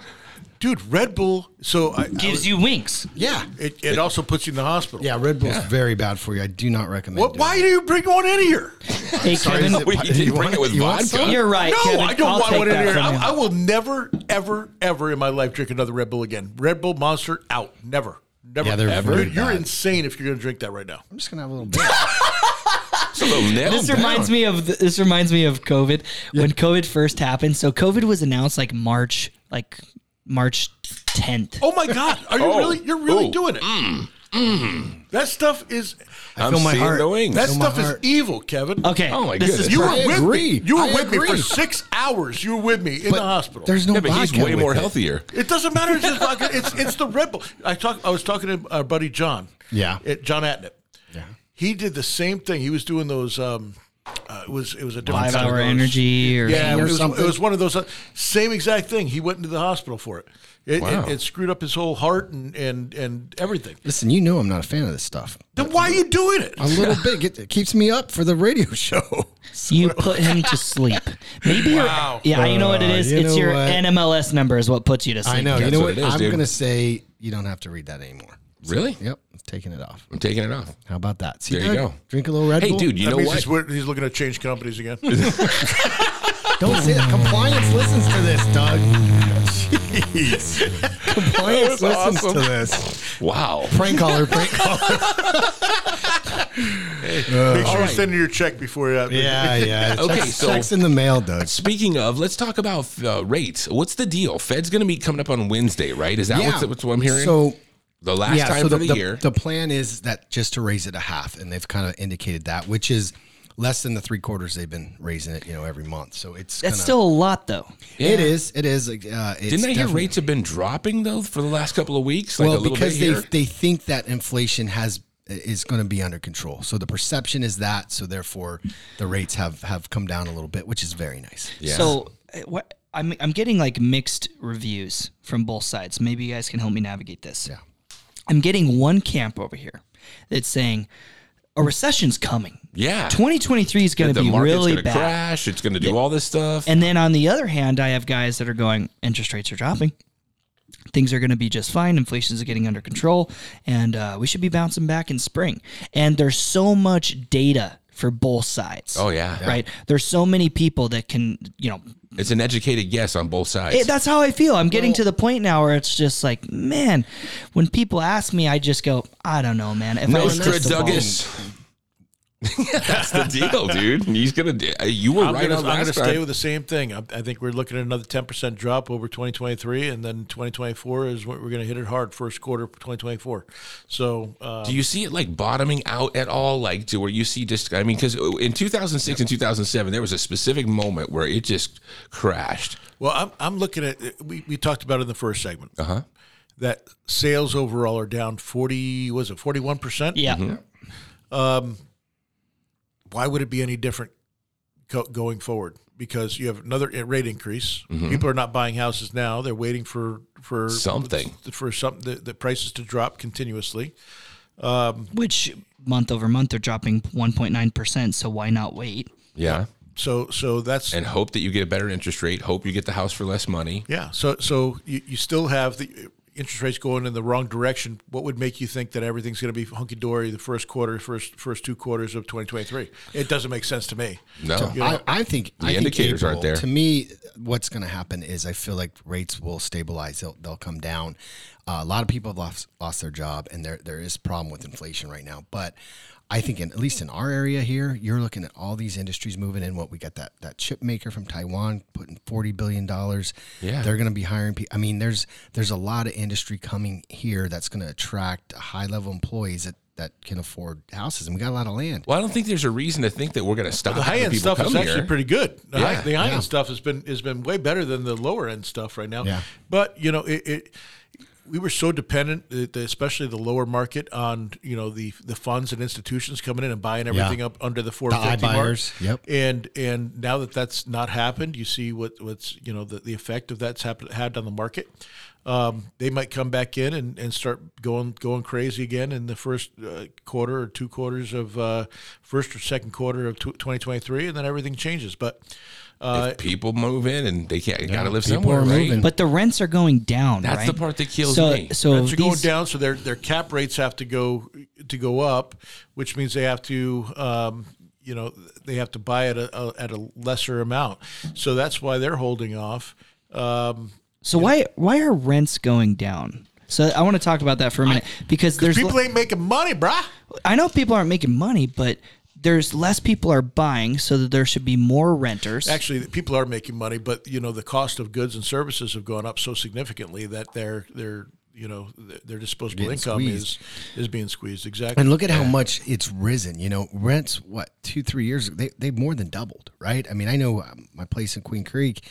Speaker 3: Dude, Red Bull. So I, I
Speaker 5: Gives you winks.
Speaker 4: Yeah.
Speaker 3: was- it, it also puts you in the hospital.
Speaker 4: Yeah, Red Bull's very bad for you. I do not recommend
Speaker 3: What?
Speaker 4: doing
Speaker 3: Why do you bring one in here?
Speaker 5: Hey Kevin,
Speaker 2: Oh, you, you bring it with
Speaker 4: You want
Speaker 2: vodka?
Speaker 4: some?
Speaker 5: you're right.
Speaker 3: no,
Speaker 5: Kevin.
Speaker 3: I don't
Speaker 5: I'll
Speaker 3: want
Speaker 5: take
Speaker 3: one in
Speaker 5: that
Speaker 3: here.
Speaker 5: from
Speaker 3: I,
Speaker 5: you.
Speaker 3: I will never, ever, ever in my life drink another Red Bull again. Red Bull Monster out. Never. Never.
Speaker 4: Yeah, they're
Speaker 3: ever.
Speaker 4: very
Speaker 3: You're, you're
Speaker 4: bad.
Speaker 3: insane if you're going to drink that right now.
Speaker 4: I'm just going to have a little bit.
Speaker 2: So nailed
Speaker 5: this reminds
Speaker 2: down.
Speaker 5: me of this reminds me of COVID when COVID first happened. So COVID was announced like March, like March 10th.
Speaker 3: Oh my God! Are you
Speaker 2: Oh.
Speaker 3: really? You're really
Speaker 2: Ooh. Mm.
Speaker 3: doing it. That stuff is.
Speaker 2: I'm
Speaker 4: feel my
Speaker 2: seeing
Speaker 4: heart.
Speaker 2: the wings.
Speaker 3: That
Speaker 4: Feel my
Speaker 3: stuff is
Speaker 4: heart.
Speaker 3: evil, Kevin.
Speaker 5: Okay.
Speaker 2: Oh my
Speaker 5: this
Speaker 2: goodness.
Speaker 5: is
Speaker 3: You were
Speaker 4: I
Speaker 3: with
Speaker 4: agree.
Speaker 3: me. You were
Speaker 4: I
Speaker 3: with me for
Speaker 4: agree.
Speaker 3: six hours. You were with me in the hospital.
Speaker 4: There's no
Speaker 2: Yeah, but he's
Speaker 4: vodka
Speaker 2: way
Speaker 4: with
Speaker 2: more
Speaker 4: it.
Speaker 2: healthier.
Speaker 3: It doesn't matter. It's just like it's it's the Red Bull. I talk. I was talking to our buddy John.
Speaker 4: Yeah.
Speaker 3: It- John Atnett. Yeah. He did the same thing. He was doing those. Um, uh, it was it was a different
Speaker 5: five
Speaker 3: kind of
Speaker 5: hour
Speaker 3: those-
Speaker 5: energy or
Speaker 3: Yeah,
Speaker 4: or
Speaker 3: it was, it
Speaker 4: something.
Speaker 3: was one of those uh, same exact thing. He went into the hospital for it. It,
Speaker 2: Wow.
Speaker 3: it, it screwed up his whole heart and and and everything.
Speaker 4: Listen, you know I'm not a fan of this stuff.
Speaker 3: Then why are you doing it?
Speaker 4: A little bit get, it keeps me up for the radio show.
Speaker 5: You put him to sleep. Maybe
Speaker 3: Wow.
Speaker 5: your yeah, you know what it
Speaker 4: Uh,
Speaker 5: is.
Speaker 4: you
Speaker 5: it's
Speaker 4: know
Speaker 5: your
Speaker 4: what?
Speaker 5: NMLS number is what puts you to sleep.
Speaker 4: I know. You
Speaker 2: That's
Speaker 4: know
Speaker 2: what
Speaker 4: what?
Speaker 2: it is,
Speaker 4: I'm
Speaker 2: dude.
Speaker 4: going to say you don't have to read that anymore.
Speaker 2: Really?
Speaker 4: Yep, I'm taking it off.
Speaker 2: I'm taking it off.
Speaker 4: How about that? See,
Speaker 2: There you
Speaker 4: Doug?
Speaker 2: go.
Speaker 4: Drink a little Red
Speaker 2: Hey,
Speaker 4: Bull.
Speaker 2: dude, you
Speaker 3: that
Speaker 2: know
Speaker 3: means
Speaker 2: what?
Speaker 3: He's, weird- he's looking to change companies again.
Speaker 4: Don't say that. Compliance listens to this, Doug. Jeez. Compliance listens to this.
Speaker 2: Wow.
Speaker 4: Prank caller, prank caller.
Speaker 3: Make sure
Speaker 2: All
Speaker 3: you
Speaker 2: right.
Speaker 3: send her your check before you.
Speaker 4: yeah, yeah.
Speaker 2: Okay,
Speaker 4: Text-
Speaker 2: so-
Speaker 4: text in the mail, Doug.
Speaker 2: Speaking of, let's talk about uh, rates. What's the deal? Fed's going to be coming up on Wednesday, right? Is that what's, what's what I'm hearing?
Speaker 4: So
Speaker 2: the last
Speaker 4: yeah,
Speaker 2: time
Speaker 4: so
Speaker 2: for
Speaker 4: the,
Speaker 2: the,
Speaker 4: the-
Speaker 2: year.
Speaker 4: the plan is that just to raise it a half, and they've kind of indicated that, which is less than the three quarters they've been raising it, you know, every month. So it's
Speaker 5: That's
Speaker 4: gonna-
Speaker 5: still a lot though.
Speaker 4: it is it is. Uh, it's
Speaker 2: Didn't I hear
Speaker 4: definitely-
Speaker 2: rates have been dropping though for the last couple of weeks? Like a
Speaker 4: Well,
Speaker 2: little
Speaker 4: because
Speaker 2: bit
Speaker 4: they
Speaker 2: here?
Speaker 4: they think that inflation has is going to be under control, so the perception is that. So therefore, the rates have have come down a little bit, which is very nice.
Speaker 2: Yeah.
Speaker 5: So uh, what I'm I'm getting like mixed reviews from both sides. Maybe you guys can help me navigate this.
Speaker 4: Yeah.
Speaker 5: I'm getting one camp over here that's saying a recession's coming.
Speaker 2: Yeah.
Speaker 5: 2023 is going to
Speaker 2: the
Speaker 5: be
Speaker 2: market's
Speaker 5: really
Speaker 2: gonna
Speaker 5: bad.
Speaker 2: crash. It's going to do all this stuff.
Speaker 5: And then on the other hand, I have guys that are going, interest rates are dropping. Things are going to be just fine. Inflation is getting under control. And uh, we should be bouncing back in spring. And there's so much data for both sides.
Speaker 2: Oh, yeah. Yeah.
Speaker 5: Right? There's so many people that can, you know,
Speaker 2: it's an educated guess on both sides.
Speaker 5: it- that's how I feel. I'm getting to the point now where it's just like, man, when people ask me, I just go, I don't know, man. If I was crystal ball-
Speaker 2: Nostradogus. That's the deal, dude. He's gonna. do- uh, You were
Speaker 3: I'm
Speaker 2: right
Speaker 3: gonna,
Speaker 2: on
Speaker 3: I'm gonna
Speaker 2: last
Speaker 3: stay
Speaker 2: time.
Speaker 3: with the same thing. I, I think we're looking at another 10% drop over 2023, and then 2024 is what we're going to hit it hard first quarter of 2024. So, uh,
Speaker 2: do you see it like bottoming out at all? Like to where you see just? I mean, because in 2006 and 2007, there was a specific moment where it just crashed.
Speaker 3: well, I'm, I'm looking at uh, we, we talked about it in the first segment uh-huh. that sales overall are down 40. Was it 41 percent?
Speaker 5: Yeah.
Speaker 2: Mm-hmm.
Speaker 3: why would it be any different go- going forward? Because you have another i- rate increase.
Speaker 2: Mm-hmm.
Speaker 3: People are not buying houses now; they're waiting for for
Speaker 2: Something.
Speaker 3: for some the, the prices to drop continuously.
Speaker 5: Which month over month, they're dropping 1.9%. So why not wait?
Speaker 2: Yeah,
Speaker 3: So so that's
Speaker 2: and hope that you get a better interest rate. Hope you get the house for less money.
Speaker 3: yeah. So so you, you still have the interest rates going in the wrong direction. What would make you think that everything's going to be hunky dory the first quarter, first first two quarters of 2023? It doesn't make sense to me.
Speaker 2: No,
Speaker 4: I, I think
Speaker 2: The
Speaker 4: I think
Speaker 2: indicators aren't
Speaker 4: April,
Speaker 2: there.
Speaker 4: To me, what's going to happen is I feel like rates will stabilize. They'll, they'll come down. Uh, a lot of people have lost, lost their job, and there there is problem with inflation right now. But I think, in, at least in our area here, you're looking at all these industries moving in. What we got that that chip maker from Taiwan putting forty billion dollars.
Speaker 2: Yeah.
Speaker 4: they're going to be hiring people. I mean, there's there's a lot of industry coming here that's going to attract high level employees that that can afford houses, and we got a lot of land.
Speaker 2: Well, I don't think there's a reason to think that we're gonna stop
Speaker 3: The high
Speaker 2: having
Speaker 3: end
Speaker 2: people
Speaker 3: stuff is
Speaker 2: come
Speaker 3: actually
Speaker 2: here.
Speaker 3: pretty good. The
Speaker 2: Yeah.
Speaker 3: high, the high end stuff has been has been way better than the lower end stuff right now.
Speaker 4: Yeah.
Speaker 3: But you know it. it we were so dependent, uh, the- especially the lower market, on you know the the funds and institutions coming in and buying everything up under the four fifty mark.
Speaker 4: iBuyers, yep.
Speaker 3: And and now that that's not happened, you see what what's you know the, the effect of that's happened had on the market. Um, they might come back in and, and start going going crazy again in the first uh, quarter or two quarters of uh, first or second quarter of twenty twenty three, and then everything changes. But uh,
Speaker 2: If people move in and they can't, gotta live
Speaker 4: people
Speaker 2: somewhere,
Speaker 4: are
Speaker 2: right?
Speaker 4: moving.
Speaker 5: But the rents are going down.
Speaker 2: That's
Speaker 5: right?
Speaker 2: the part that kills
Speaker 5: so,
Speaker 2: me.
Speaker 5: So
Speaker 3: rents are going
Speaker 5: these-
Speaker 3: down, so their their cap rates have to go to go up, which means they have to. Um, you know they have to buy at a, a at a lesser amount, so that's why they're holding off. Um,
Speaker 5: So why why are rents going down? So I want to talk about that for a minute because there's
Speaker 3: people
Speaker 5: le-
Speaker 3: ain't making money, bruh.
Speaker 5: I know people aren't making money, but there's less people are buying, so that there should be more renters.
Speaker 3: Actually, the people are making money, but you know the cost of goods and services have gone up so significantly that their their you know th- their disposable
Speaker 4: Getting
Speaker 3: income
Speaker 4: squeezed.
Speaker 3: is is being squeezed. Exactly.
Speaker 4: And look at how much it's risen. You know, rents what two, three years they they more than doubled, right? I mean, I know um, my place in Queen Creek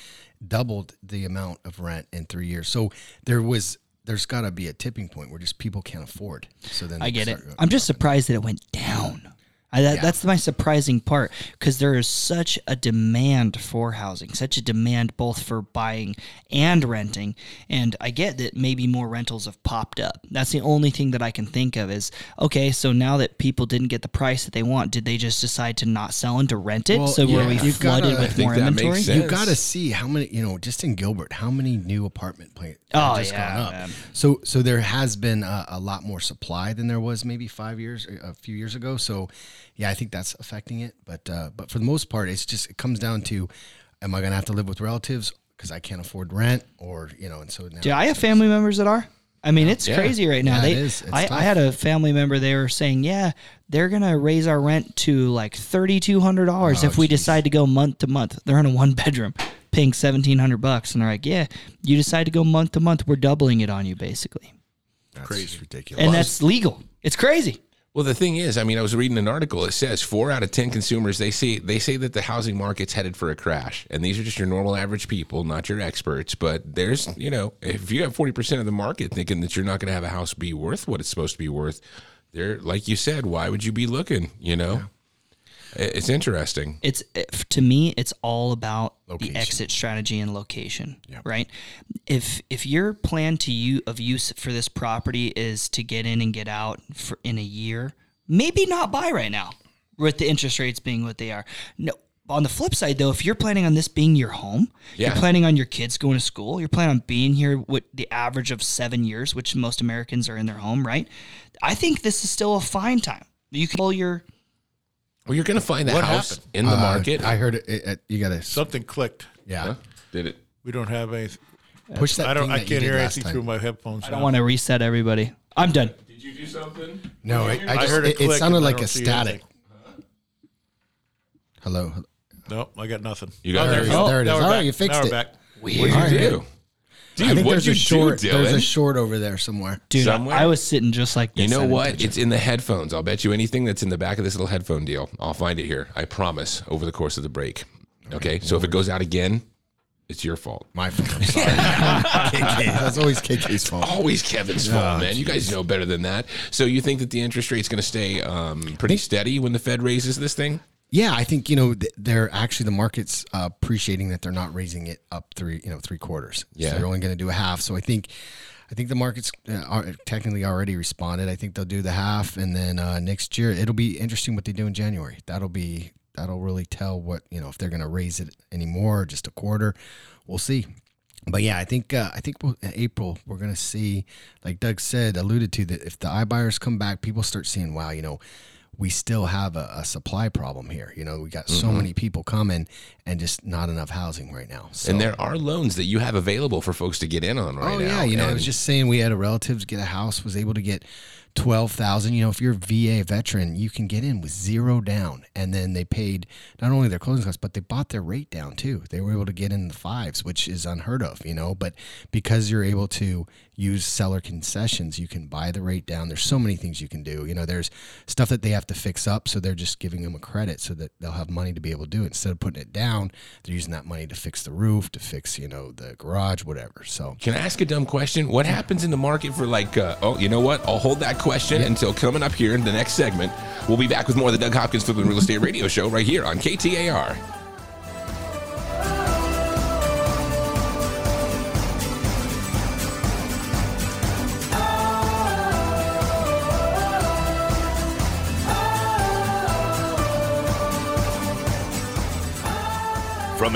Speaker 4: doubled the amount of rent in three years. So there was there's got to be a tipping point where just people can't afford. So then
Speaker 5: I
Speaker 4: they
Speaker 5: get it.
Speaker 4: start going-
Speaker 5: I'm just surprised that it went down. I, that, That's my surprising part because there is such a demand for housing, such a demand both for buying and renting. And I get that maybe more rentals have popped up. That's the only thing that I can think of is okay, so now that people didn't get the price that they want, did they just decide to not sell and to rent it?
Speaker 4: Well,
Speaker 5: so were
Speaker 4: yeah.
Speaker 5: we
Speaker 4: You've gotta-
Speaker 5: flooded
Speaker 4: I
Speaker 5: with
Speaker 2: think
Speaker 5: more
Speaker 2: that makes
Speaker 5: inventory?
Speaker 2: sense.
Speaker 4: You got to see how many, you know, just in Gilbert, how many new apartment plants
Speaker 5: Oh,
Speaker 4: just
Speaker 5: yeah,
Speaker 4: gone up.
Speaker 5: man.
Speaker 4: So, so there has been a, a lot more supply than there was maybe five years, a few years ago. So, yeah, I think that's affecting it. But, uh, but for the most part, it's just it comes down to, am I going to have to live with relatives because I can't afford rent, or you know, and so now.
Speaker 5: Do I have family members that are? I mean, it's crazy right now.
Speaker 4: Yeah,
Speaker 5: they,
Speaker 4: it is. It's
Speaker 5: I,
Speaker 4: tough.
Speaker 5: I had a family member. They were saying, yeah, they're gonna raise our rent to like thirty two hundred dollars
Speaker 4: Oh,
Speaker 5: if we decide to go month to month. They're in a one bedroom, paying seventeen hundred bucks, and they're like, yeah, you decide to go month to month, we're doubling it on you basically,
Speaker 4: That's crazy, ridiculous.
Speaker 5: and that's legal. It's crazy.
Speaker 2: Well, the thing is, I mean, I was reading an article. It says four out of ten consumers they see they say that the housing market's headed for a crash, and these are just your normal average people, not your experts. But there's, you know, if you have forty percent of the market thinking that you're not going to have a house be worth what it's supposed to be worth, there, like you said, why would you be looking? You know, I- it's interesting.
Speaker 5: it's if- to me it's all about
Speaker 4: Location.
Speaker 5: the exit strategy and location right if if your plan to you of use for this property is to get in and get out for in a year maybe not buy right now with the interest rates being what they are. No. On the flip side, though, if you're planning on this being your home,
Speaker 2: Yeah.
Speaker 5: you're planning on your kids going to school, you're planning on being here with the average of seven years, which most Americans are in their home, right? I think this is still a fine time. You can pull your
Speaker 2: Well, you're going to find the
Speaker 3: What
Speaker 2: house
Speaker 3: happened?
Speaker 2: in the
Speaker 4: Uh,
Speaker 2: market.
Speaker 4: I heard it. it, it- you got to.
Speaker 3: Something clicked.
Speaker 4: Yeah.
Speaker 2: Huh? Did it?
Speaker 3: We don't have any.
Speaker 4: Push that.
Speaker 3: I don't.
Speaker 4: thing
Speaker 3: I
Speaker 4: that you
Speaker 3: can't
Speaker 4: did
Speaker 3: hear
Speaker 4: last
Speaker 3: anything
Speaker 4: time.
Speaker 3: through my headphones.
Speaker 5: I don't want to reset everybody. I'm done.
Speaker 2: Did you do something?
Speaker 4: No, I, I
Speaker 3: I
Speaker 4: just,
Speaker 3: heard a
Speaker 4: it, it
Speaker 3: click
Speaker 4: sounded
Speaker 3: and I
Speaker 4: like
Speaker 3: don't
Speaker 4: a
Speaker 3: see
Speaker 4: static.
Speaker 3: anything.
Speaker 4: Hello. hello.
Speaker 3: No, I got nothing.
Speaker 2: You got
Speaker 3: oh,
Speaker 2: it.
Speaker 3: we
Speaker 4: There it
Speaker 3: Now we're
Speaker 4: is. All right,
Speaker 3: back.
Speaker 4: you fixed
Speaker 3: Now we're
Speaker 4: it.
Speaker 3: back.
Speaker 2: What did
Speaker 4: All right,
Speaker 2: you
Speaker 4: good.
Speaker 2: do?
Speaker 4: I
Speaker 2: Dude,
Speaker 4: think
Speaker 2: what
Speaker 4: there's
Speaker 2: did you
Speaker 4: a short.
Speaker 2: do, Dylan?
Speaker 4: there's a short over there somewhere.
Speaker 5: Dude, I-
Speaker 2: Somewhere?
Speaker 5: I was sitting just like this.
Speaker 2: You
Speaker 5: I
Speaker 2: know
Speaker 5: didn't
Speaker 2: what?
Speaker 5: touch
Speaker 2: It's in the headphones. I'll bet you anything that's in the back of this little headphone deal. I'll find it here. I promise over the course of the break. Okay. So if it goes out again, it's your fault.
Speaker 4: My fault. I'm sorry. KK. That's always KK's fault.
Speaker 2: Always Kevin's
Speaker 4: Ah,
Speaker 2: fault, man. You guys know better than that. So you think that the interest rate's going to stay um, pretty steady when the Fed raises this thing?
Speaker 4: Yeah, I think you know th- they're actually the market's uh, appreciating that they're not raising it up three, you know, three quarters.
Speaker 2: Yeah.
Speaker 4: so they're only going to do a half. So I think, I think the markets uh, are technically already responded. I think they'll do the half, and then uh, next year it'll be interesting what they do in January. That'll be that'll really tell what you know if they're going to raise it anymore, or just a quarter. We'll see. But yeah, I think uh, I think we'll, in April we're gonna see, like Doug said, alluded to that if the iBuyers come back, people start seeing, wow, you know, we still have a, a supply problem here. You know, we got so many people coming and just not enough housing right now. So,
Speaker 2: And there are loans that you have available for folks to get in on right
Speaker 4: oh
Speaker 2: now.
Speaker 4: yeah, you know, I
Speaker 2: And-
Speaker 4: was just saying we had a relative get a house, was able to get twelve thousand. You know, if you're a VA veteran, you can get in with zero down, and then they paid not only their closing costs, but they bought their rate down too. They were able to get in the fives, which is unheard of, you know. But because you're able to use seller concessions, you can buy the rate down. There's so many things you can do. You know, there's stuff that they have to fix up, so they're just giving them a credit so that they'll have money to be able to do it. Instead of putting it down, they're using that money to fix the roof, to fix you know the garage, whatever. So
Speaker 2: Can I ask a dumb question? What happens in the market for like, uh, oh, you know what? I'll hold that question until coming up here in the next segment. We'll be back with more of the Doug Hopkins Flipping Real Estate Radio Show right here on KTAR.
Speaker 1: From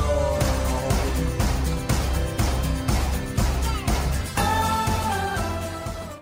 Speaker 7: home.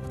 Speaker 4: With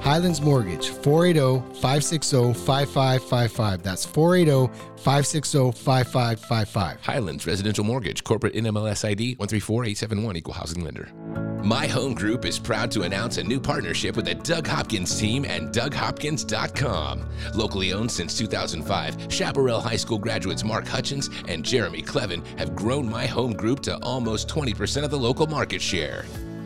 Speaker 4: Highlands Mortgage, oh, 480 560 5555. That's oh, 480 560 5555.
Speaker 2: Highlands Residential Mortgage, corporate NMLS ID 134871, equal housing lender. My Home Group is proud to announce a new partnership with the Doug Hopkins team and DougHopkins.com. Locally owned since 2005, Chaparral High School graduates Mark Hutchins and Jeremy Clevin have grown My Home Group to almost 20% of the local market share.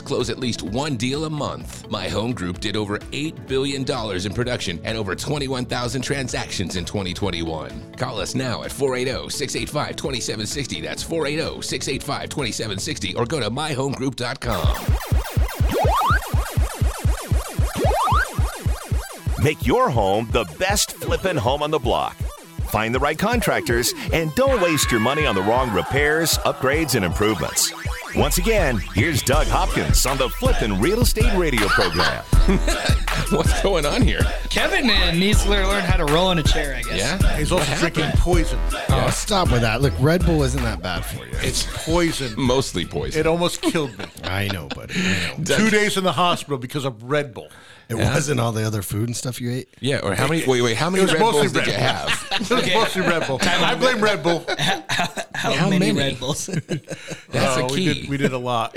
Speaker 2: close at least one deal a month. My Home Group did over $8 billion in production and over 21,000 transactions in 2021. Call us now at oh, 480 685 2760. That's oh, 480 685 2760 or go to myhomegroup.com.
Speaker 1: Make your home the best flippin' home on the block. Find the right contractors and don't waste your money on the wrong repairs, upgrades, and improvements. Once again, here's Doug Hopkins on the Flippin' Real Estate Radio program.
Speaker 2: What's going on here?
Speaker 5: Kevin man needs to learn learn how to roll in a chair, I guess.
Speaker 2: Yeah?
Speaker 8: He's also drinking poison.
Speaker 4: Oh, stop with that. Look, Red Bull isn't that bad for you.
Speaker 8: It's poison.
Speaker 2: Mostly poison.
Speaker 8: It almost killed me.
Speaker 4: I know, buddy. I know.
Speaker 8: Two days in the hospital because of Red Bull.
Speaker 4: It wasn't all the other food and stuff you ate.
Speaker 2: Yeah, or how many? Wait, wait, how
Speaker 8: It
Speaker 2: many
Speaker 8: was
Speaker 2: Red
Speaker 8: mostly
Speaker 2: Bulls
Speaker 8: Red
Speaker 2: did you
Speaker 8: Bull.
Speaker 2: have?
Speaker 8: It was mostly Red Bull. I blame Red Bull.
Speaker 5: How,
Speaker 2: How
Speaker 5: many,
Speaker 2: many?
Speaker 5: Red Bulls?
Speaker 2: That's the
Speaker 8: Oh, we
Speaker 2: key.
Speaker 8: did we did a lot.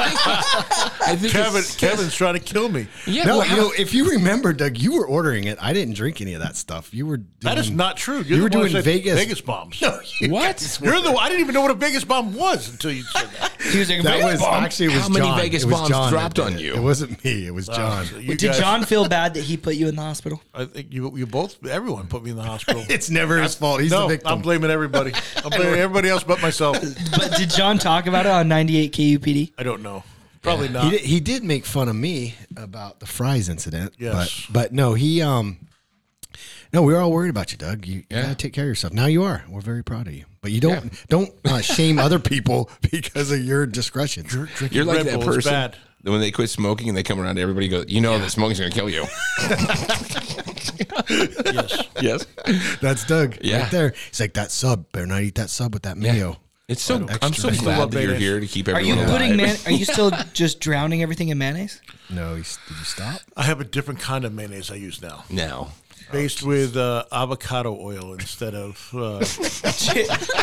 Speaker 2: I think
Speaker 8: Kevin
Speaker 2: it's-
Speaker 8: Kevin's trying to kill me.
Speaker 2: Yeah,
Speaker 4: no,
Speaker 2: well,
Speaker 4: you know, if you remember, Doug, you were ordering it. I didn't drink any of that stuff. You were doing,
Speaker 8: That is not true. You're
Speaker 4: Mm. you
Speaker 8: the
Speaker 4: were
Speaker 8: one who
Speaker 4: doing
Speaker 8: said
Speaker 4: Vegas.
Speaker 8: Vegas bombs.
Speaker 2: what?
Speaker 8: You're the. I didn't even know what a Vegas bomb was until you said that.
Speaker 5: he was like,
Speaker 4: That
Speaker 5: "Vegas
Speaker 4: was
Speaker 5: bomb."
Speaker 4: actually it was
Speaker 2: How many
Speaker 4: John.
Speaker 2: Vegas
Speaker 4: It was
Speaker 2: bombs
Speaker 4: John that
Speaker 2: dropped
Speaker 4: did
Speaker 2: on
Speaker 4: it.
Speaker 2: you? Oh,
Speaker 4: It wasn't me. It was John.
Speaker 8: You
Speaker 5: Did
Speaker 8: guys-
Speaker 5: John feel bad that he put you in the hospital?
Speaker 8: I think you you both everyone put me in the hospital.
Speaker 4: it's never his fault. He's
Speaker 8: no,
Speaker 4: the victim.
Speaker 8: I'm blaming everybody. I'm blaming everybody else but myself.
Speaker 5: But did John talk about it on 98 KUPD?
Speaker 8: I don't know. Probably
Speaker 4: he
Speaker 8: not.
Speaker 4: did, he did make fun of me about the fries incident.
Speaker 8: Yes.
Speaker 4: But, but no, he um no, we were all worried about you, Doug. You gotta take care of yourself. Now you are. We're very proud of you. But you don't don't uh, shame other people because of your discretion.
Speaker 2: You're like
Speaker 8: Red
Speaker 2: that
Speaker 8: Bull is
Speaker 2: person
Speaker 8: bad.
Speaker 2: that when they quit smoking and they come around to everybody go, you know that smoking's gonna kill you.
Speaker 8: Yes.
Speaker 2: yes.
Speaker 4: That's Doug
Speaker 2: Yeah.
Speaker 4: right there. He's like that sub. Better not eat that sub with that mayo.
Speaker 2: It's so I'm so
Speaker 4: Extra.
Speaker 2: glad that you're
Speaker 8: Updated.
Speaker 2: here to keep
Speaker 5: Are you
Speaker 2: everyone alive.
Speaker 5: putting man? Are you still just drowning everything in mayonnaise?
Speaker 4: No, he's, did you stop?
Speaker 8: I have a different kind of mayonnaise I use now,
Speaker 2: now.
Speaker 8: based with uh, avocado oil instead of. Uh,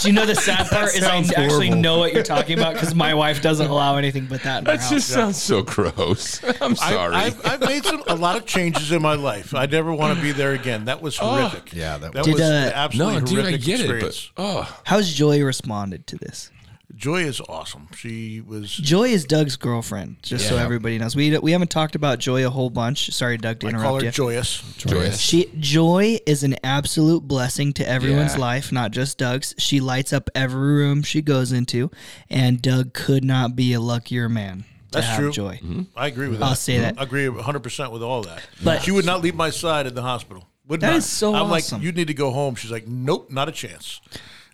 Speaker 5: Do you know the sad part is I
Speaker 4: sounds
Speaker 5: actually
Speaker 4: horrible.
Speaker 5: know what you're talking about because my wife doesn't allow anything but that in her
Speaker 2: That
Speaker 5: house.
Speaker 2: just sounds so gross. I'm sorry.
Speaker 8: I, I've, I've made some a lot of changes in my life. I never want to be there again. That
Speaker 2: Oh.
Speaker 8: was horrific.
Speaker 4: Yeah, that
Speaker 8: that
Speaker 4: was-
Speaker 8: was
Speaker 5: Did, uh,
Speaker 8: an absolutely
Speaker 2: no, dude, I
Speaker 8: horrific
Speaker 2: get
Speaker 8: experience.
Speaker 2: it, but oh,
Speaker 5: How's Joy responded to this?
Speaker 8: Joy is awesome. She was.
Speaker 5: Joy is Doug's girlfriend, just so everybody knows. We we haven't talked about Joy a whole bunch. Sorry, Doug, to
Speaker 8: I
Speaker 5: interrupt
Speaker 8: call her
Speaker 5: you.
Speaker 8: joyous.
Speaker 2: joyous.
Speaker 5: She Joy is an absolute blessing to everyone's
Speaker 2: Yeah.
Speaker 5: life, not just Doug's. She lights up every room she goes into, and Doug could not be a luckier man to
Speaker 8: That's
Speaker 5: have
Speaker 8: true.
Speaker 5: Joy.
Speaker 8: I agree
Speaker 2: Uh,
Speaker 8: with that.
Speaker 5: I'll say that.
Speaker 8: I agree 100 percent with all that.
Speaker 5: But-
Speaker 8: she would not leave my side in the hospital. Would
Speaker 5: That
Speaker 8: not.
Speaker 5: is so
Speaker 8: I'm
Speaker 5: awesome.
Speaker 8: like, you need to go home. She's like, nope, not a chance.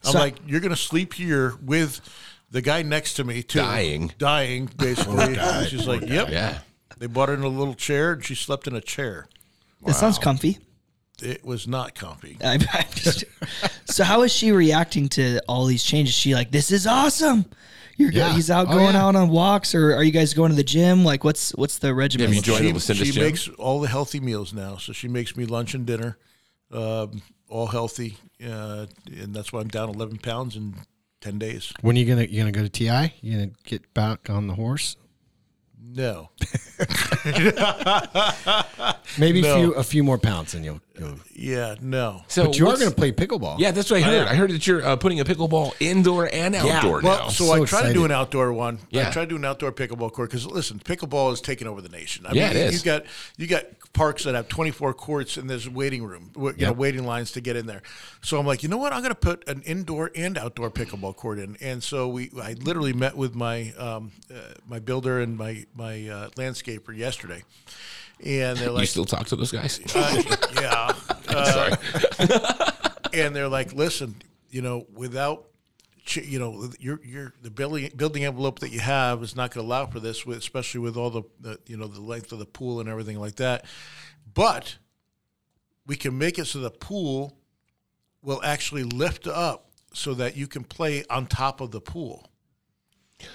Speaker 8: I'm
Speaker 5: So-
Speaker 8: like, you're gonna sleep here with the guy next to me too,
Speaker 2: Dying.
Speaker 8: dying basically. She's like, yep.
Speaker 2: Yeah.
Speaker 8: They brought her in a little chair, and she slept in a chair. Mm-hmm.
Speaker 5: That sounds comfy.
Speaker 8: It was not comfy.
Speaker 5: I, I just, so how is she reacting to all these changes? She like, this is awesome. You're go-
Speaker 4: Yeah.
Speaker 5: he's out
Speaker 4: Oh,
Speaker 5: going
Speaker 4: yeah.
Speaker 5: out on walks, or are you guys going to the gym? Like, what's what's the regimen?
Speaker 2: Have you
Speaker 5: look
Speaker 2: joined
Speaker 5: like?
Speaker 2: the Lucinda's
Speaker 8: she
Speaker 2: gym?
Speaker 8: makes all the healthy meals now, so she makes me lunch and dinner, um, all healthy, uh, and that's why I'm down 11 pounds in 10 days.
Speaker 4: When you gonna you gonna go to TI? You gonna get back on the horse?
Speaker 8: No,
Speaker 4: Maybe
Speaker 8: No.
Speaker 4: a few a few more pounds and you'll, you'll
Speaker 8: yeah, no.
Speaker 2: so
Speaker 4: But you are
Speaker 2: what's-
Speaker 4: gonna play pickleball.
Speaker 2: Yeah, that's what I heard. I heard that you're uh, putting a pickleball indoor and outdoor now.
Speaker 8: Well, so,
Speaker 4: So
Speaker 8: I try to
Speaker 4: excited.
Speaker 8: do an outdoor one.
Speaker 2: Yeah.
Speaker 8: I try to do an outdoor pickleball court because listen, pickleball is taking over the nation. I
Speaker 2: Yeah, it is.
Speaker 8: You got you got parks that have 24 courts and there's waiting room, wa- you know,
Speaker 4: Yep.
Speaker 8: waiting lines to get in there. So I'm like, you know what? I'm going to put an indoor and outdoor pickleball court in. And so we, I literally met with my um, uh, my builder and my my uh, landscaper yesterday, and they're
Speaker 2: you
Speaker 8: like,
Speaker 2: still talk to those guys?
Speaker 8: uh, yeah. uh,
Speaker 2: sorry.
Speaker 8: and they're like, listen, you know, without ch- you know your your the building building envelope that you have is not going to allow for this, with, especially with all the, the you know the length of the pool and everything like that. But we can make it so the pool will actually lift up so that you can play on top of the pool.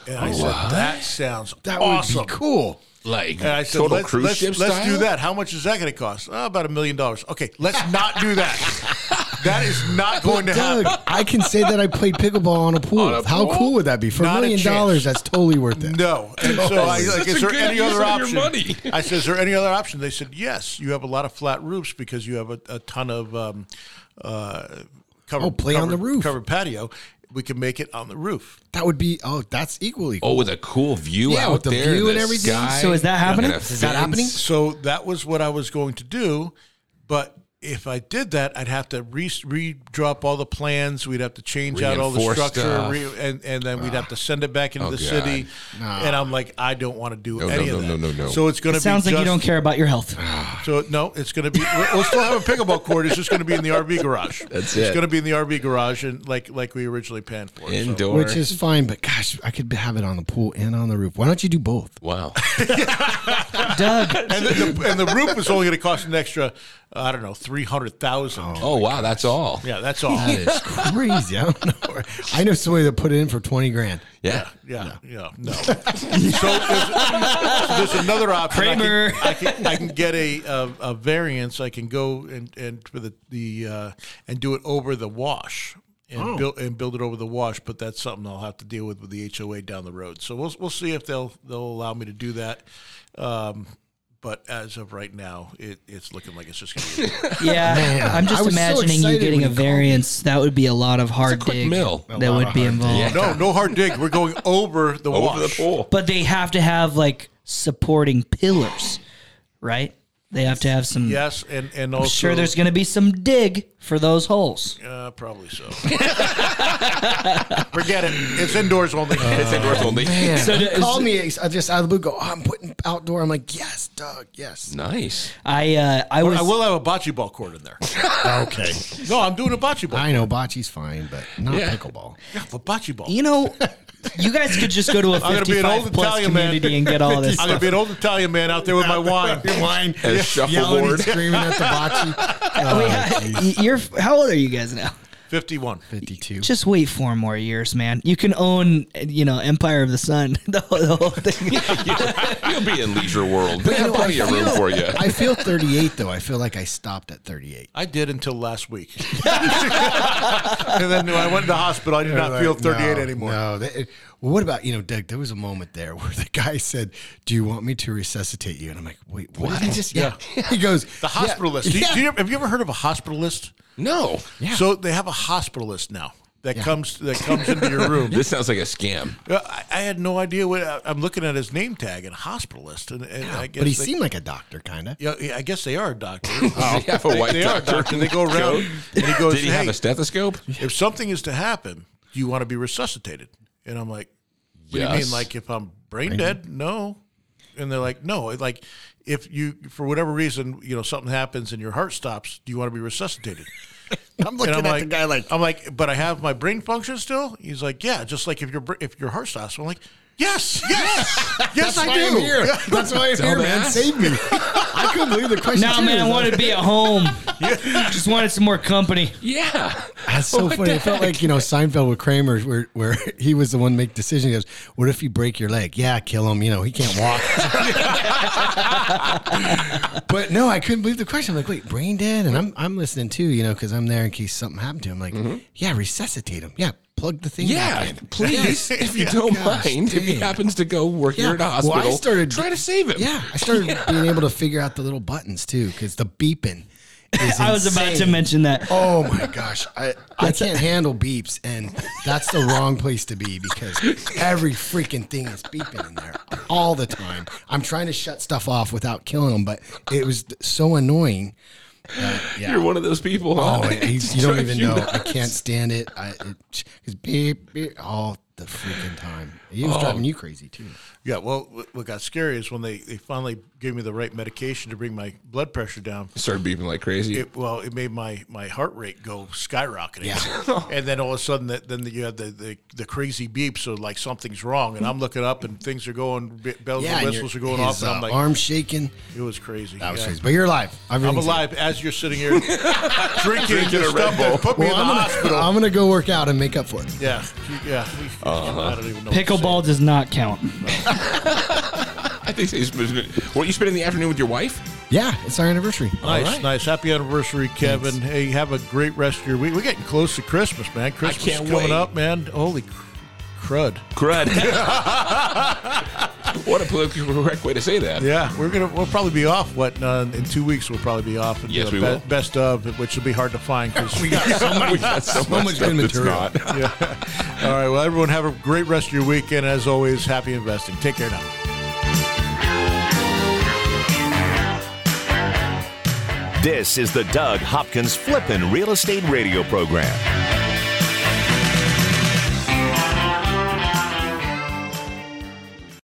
Speaker 8: And
Speaker 2: Oh,
Speaker 8: I said, that sounds
Speaker 4: That
Speaker 8: awesome.
Speaker 4: would be cool.
Speaker 2: Like
Speaker 8: And I said,
Speaker 2: total
Speaker 8: let's,
Speaker 2: cruise
Speaker 8: let's,
Speaker 2: ship
Speaker 8: let's
Speaker 2: style?
Speaker 8: do that. How much is that going to cost? Oh, about a million dollars. Okay, let's not do that. that is not going to
Speaker 4: Doug,
Speaker 8: happen.
Speaker 4: I can say that I played pickleball on a pool. How cool would that be? For
Speaker 8: Not
Speaker 4: a
Speaker 8: a
Speaker 4: million
Speaker 8: chance.
Speaker 4: dollars, that's totally worth it.
Speaker 8: No. And so I
Speaker 2: That's
Speaker 8: like,
Speaker 2: Oh, such a
Speaker 8: is there
Speaker 2: good
Speaker 8: any
Speaker 2: use
Speaker 8: other
Speaker 2: of your
Speaker 8: option?
Speaker 2: money.
Speaker 8: I said, is there any other option? They said, yes. You have a lot of flat roofs because you have a, a ton of um, uh, covered.
Speaker 4: Oh, play on the
Speaker 8: covered-
Speaker 4: roof.
Speaker 8: Covered patio. We can make it on the roof.
Speaker 4: That would be oh, that's equally cool.
Speaker 2: Oh, with a cool view
Speaker 4: Yeah,
Speaker 2: out
Speaker 4: with the
Speaker 2: there,
Speaker 4: view
Speaker 2: the
Speaker 4: and everything.
Speaker 2: sky,
Speaker 5: So is that happening?
Speaker 2: and a
Speaker 4: Is that happening?
Speaker 2: fence.
Speaker 8: So that was what I was going to do, but if I did that, I'd have to re- redraw up all the plans. We'd have to change out all the
Speaker 2: Reinforce
Speaker 8: structure,
Speaker 2: stuff.
Speaker 8: and and then we'd have to send it back into
Speaker 2: Oh,
Speaker 8: the
Speaker 2: God.
Speaker 8: city.
Speaker 4: Nah.
Speaker 8: And I'm like, I don't want to do
Speaker 2: No, no,
Speaker 8: any
Speaker 2: no,
Speaker 8: of that.
Speaker 2: no, no, no.
Speaker 8: So it's going to
Speaker 5: It sounds
Speaker 8: be
Speaker 5: like you
Speaker 8: just-
Speaker 5: don't care about your health.
Speaker 8: So no, it's going to be. We'll we'll still have a pickleball court. It's just going to be in the RV garage. That's
Speaker 2: it.
Speaker 8: It's going to be in the RV garage, and like like we originally planned for. So-
Speaker 2: Indoor.
Speaker 4: Which is fine, but gosh, I could have it on the pool and on the roof. Why don't you do both?
Speaker 2: wow.
Speaker 5: Doug,
Speaker 8: and, the, the- and the roof is only going to cost an extra, uh, I don't know, three hundred thousand.
Speaker 2: Oh wow, that's all.
Speaker 8: Yeah, that's all.
Speaker 4: That is crazy. I don't know. I know somebody that put it in for twenty grand.
Speaker 2: Yeah.
Speaker 8: Yeah, yeah, no. so, there's, so there's another option.
Speaker 5: Kramer.
Speaker 8: I can, I can, I can get a, a a variance. I can go and and for the the uh, and do it over the wash and
Speaker 2: Oh.
Speaker 8: build and build it over the wash. But that's something I'll have to deal with with the HOA down the road. So we'll we'll see if they'll they'll allow me to do that. Um, but as of right now, it, it's looking like it's just going to be.
Speaker 5: yeah, I'm
Speaker 4: I
Speaker 5: just
Speaker 4: was so
Speaker 5: imagining you
Speaker 4: excited
Speaker 5: getting
Speaker 4: when
Speaker 5: a
Speaker 4: you called me.
Speaker 5: variance. That would be a lot of hard
Speaker 2: quick
Speaker 5: dig
Speaker 2: mill. A
Speaker 4: lot
Speaker 5: that
Speaker 4: of
Speaker 5: would be
Speaker 4: hard dig.
Speaker 5: involved.
Speaker 8: no, no hard dig. We're going over the
Speaker 2: Over
Speaker 8: wash.
Speaker 2: the pool.
Speaker 5: But they have to have like supporting pillars, right? They have to have some.
Speaker 8: Yes, and and also
Speaker 5: I'm sure there's going to be some dig for those holes.
Speaker 8: Uh, probably so. Forget it. It's indoors only.
Speaker 2: It's indoors only.
Speaker 5: So
Speaker 4: He
Speaker 5: does-
Speaker 4: called me I just out of the blue. Go, oh, I'm putting outdoor. I'm like, yes, Doug, yes.
Speaker 2: Nice.
Speaker 5: I uh, I was
Speaker 8: I will have a bocce ball court in there.
Speaker 4: Okay,
Speaker 8: No, I'm doing a bocce ball.
Speaker 4: I know bocce's fine, but not
Speaker 2: Yeah.
Speaker 4: pickleball.
Speaker 8: Yeah, a bocce ball.
Speaker 5: you know, you guys could just go to a
Speaker 8: I'm gonna be an
Speaker 5: 55
Speaker 8: old
Speaker 5: plus
Speaker 8: Italian man.
Speaker 5: community and get all this.
Speaker 8: I'm gonna
Speaker 5: stuff.
Speaker 8: be an old Italian man out there with my wine.
Speaker 4: Wine,
Speaker 2: A
Speaker 4: yelling, and
Speaker 2: shuffleboard.
Speaker 4: screaming at the bocce. Oh, geez.
Speaker 5: Y- You're how old are you guys now?
Speaker 8: Fifty-one.
Speaker 4: Fifty-two.
Speaker 5: Just wait four more years, man. You can own, you know, Empire of the Sun, the whole, the whole thing.
Speaker 2: You'll be in Leisure World. They
Speaker 4: You
Speaker 2: have
Speaker 4: know,
Speaker 2: plenty of room
Speaker 4: feel-
Speaker 2: for you.
Speaker 4: I feel 38 though. I feel like I stopped at 38.
Speaker 8: I did until last week, and then when I went to the hospital, I did not feel 38
Speaker 4: No,
Speaker 8: anymore.
Speaker 4: No. That, it- well, what about you know, Doug? There was a moment there where the guy said, "Do you want me to resuscitate you?" And I'm like, "Wait, what?" Did he just yeah. he goes,
Speaker 8: The hospitalist. Do you- do you- have you ever heard of a hospitalist?
Speaker 2: No.
Speaker 8: So they have a hospitalist now that comes that comes into your room.
Speaker 2: This sounds like a scam.
Speaker 8: Uh, I, I had no idea what I- I'm looking at his name tag and hospitalist, and, and I guess
Speaker 4: But he
Speaker 8: they-
Speaker 4: seemed like a doctor, kind of.
Speaker 8: Yeah, yeah, I guess they are a doctor.
Speaker 2: They have a white
Speaker 8: Oh. they
Speaker 2: doctor.
Speaker 8: are a doctor. They go around and he goes,
Speaker 2: Did he
Speaker 8: "Hey,
Speaker 2: have a stethoscope?
Speaker 8: if something is to happen, do you want to be resuscitated?" And I'm like, "What do you
Speaker 2: Yes.
Speaker 8: mean? Like if I'm brain dead? No." And they're like, "No, it's like if you for whatever reason, you know, something happens and your heart stops, do you want to be resuscitated?"
Speaker 4: I'm
Speaker 8: And
Speaker 4: looking
Speaker 8: I'm
Speaker 4: at
Speaker 8: like,
Speaker 4: the guy like,
Speaker 8: I'm like, but I have my brain function still. He's like, yeah, just like if your br- if your heart stops. I'm like, yes, yes, yes, I
Speaker 4: why I'm
Speaker 8: do.
Speaker 4: here. That's why I'm here, man.
Speaker 2: Dumbass.
Speaker 4: Save me. I couldn't believe the question.
Speaker 5: Nah,
Speaker 4: too.
Speaker 5: man, I wanted to be at home. Just wanted some more company.
Speaker 2: Yeah.
Speaker 4: That's so funny. It felt like you know Seinfeld with Kramer, where where he was the one to make decisions. He goes, "What if you break your leg? Yeah, kill him. You know he can't walk." but no, I couldn't believe the question. I'm like, wait, brain dead, and I'm I'm listening too, you know, because I'm there in case something happened to him. Like,
Speaker 5: Mm-hmm.
Speaker 4: yeah, resuscitate him. Yeah, plug the thing. back
Speaker 2: Yeah.
Speaker 4: in.
Speaker 2: Please, if you don't
Speaker 4: Gosh,
Speaker 2: mind, if he
Speaker 4: dang.
Speaker 2: happens to go work
Speaker 4: Yeah.
Speaker 2: here at a hospital,
Speaker 4: well, I started
Speaker 2: try to save him.
Speaker 4: Yeah, I started being able to figure out the little buttons too, because the beeping. Is
Speaker 5: I was about to
Speaker 4: insane.
Speaker 5: mention that.
Speaker 4: Oh my gosh, I, I can't handle beeps, and that's the wrong place to be because every freaking thing is beeping in there all the time. I'm trying to shut stuff off without killing them, but it was so annoying. Uh, yeah.
Speaker 2: You're one of those people. huh?
Speaker 4: oh, it- it's- you don't
Speaker 2: Drives
Speaker 4: even
Speaker 2: you
Speaker 4: know.
Speaker 2: nuts.
Speaker 4: I can't stand it. I it, it's beep beep all the freaking time. He
Speaker 8: Oh.
Speaker 4: was driving you crazy too.
Speaker 8: Yeah, well, wh- what got scary is when they, they finally gave me the right medication to bring my blood pressure down.
Speaker 2: Started beeping like crazy.
Speaker 8: It, well, it made my, my heart rate go skyrocketing. and then all of a sudden, that then you had the, the, the crazy beep, so like something's wrong. And I'm looking up and things are going, be- bells
Speaker 4: Yeah,
Speaker 8: and
Speaker 4: and your-
Speaker 8: Oh, whistles are going
Speaker 4: his,
Speaker 8: off. And
Speaker 4: uh,
Speaker 8: I'm like,
Speaker 4: arm shaking.
Speaker 8: it was crazy.
Speaker 4: That was
Speaker 8: yeah.
Speaker 4: crazy. But you're alive.
Speaker 8: I'm
Speaker 4: Everything's
Speaker 8: alive as you're sitting here drinking,
Speaker 2: Drinking a
Speaker 8: the
Speaker 2: Red
Speaker 8: stuff that
Speaker 2: Bull.
Speaker 8: put me
Speaker 4: Well,
Speaker 8: in
Speaker 4: I'm
Speaker 8: the
Speaker 4: gonna,
Speaker 8: hospital.
Speaker 4: I'm gonna go work out and make up for it.
Speaker 8: yeah, you- yeah. we-
Speaker 4: Uh-huh.
Speaker 8: I don't even know. what to
Speaker 5: Pickleball does not count.
Speaker 2: I think he's. Weren't you spending the afternoon with your wife?
Speaker 4: Yeah, it's our anniversary.
Speaker 8: Nice,
Speaker 2: All right.
Speaker 8: nice. Happy anniversary, Kevin. Hey, have a great rest of your week. We're getting close to Christmas, man. Christmas is
Speaker 2: can't
Speaker 8: coming
Speaker 2: wait.
Speaker 8: up, man. Holy cr- crud!
Speaker 2: Crud. what a politically correct way to say that.
Speaker 8: Yeah, we're gonna. We'll probably be off. What uh, in two weeks? We'll probably be off. And do
Speaker 2: Yes,
Speaker 8: a
Speaker 2: we
Speaker 8: be-
Speaker 2: will.
Speaker 8: Best of, which will be hard to find. 'cause-
Speaker 2: We got so much, we got so much,
Speaker 4: much
Speaker 2: stuff
Speaker 4: good
Speaker 2: that's
Speaker 4: material.
Speaker 2: not.
Speaker 8: yeah. All right. Well, everyone, have a great rest of your weekend. As always, happy investing. Take care now.
Speaker 1: This is the Doug Hopkins Flippin' Real Estate Radio Program.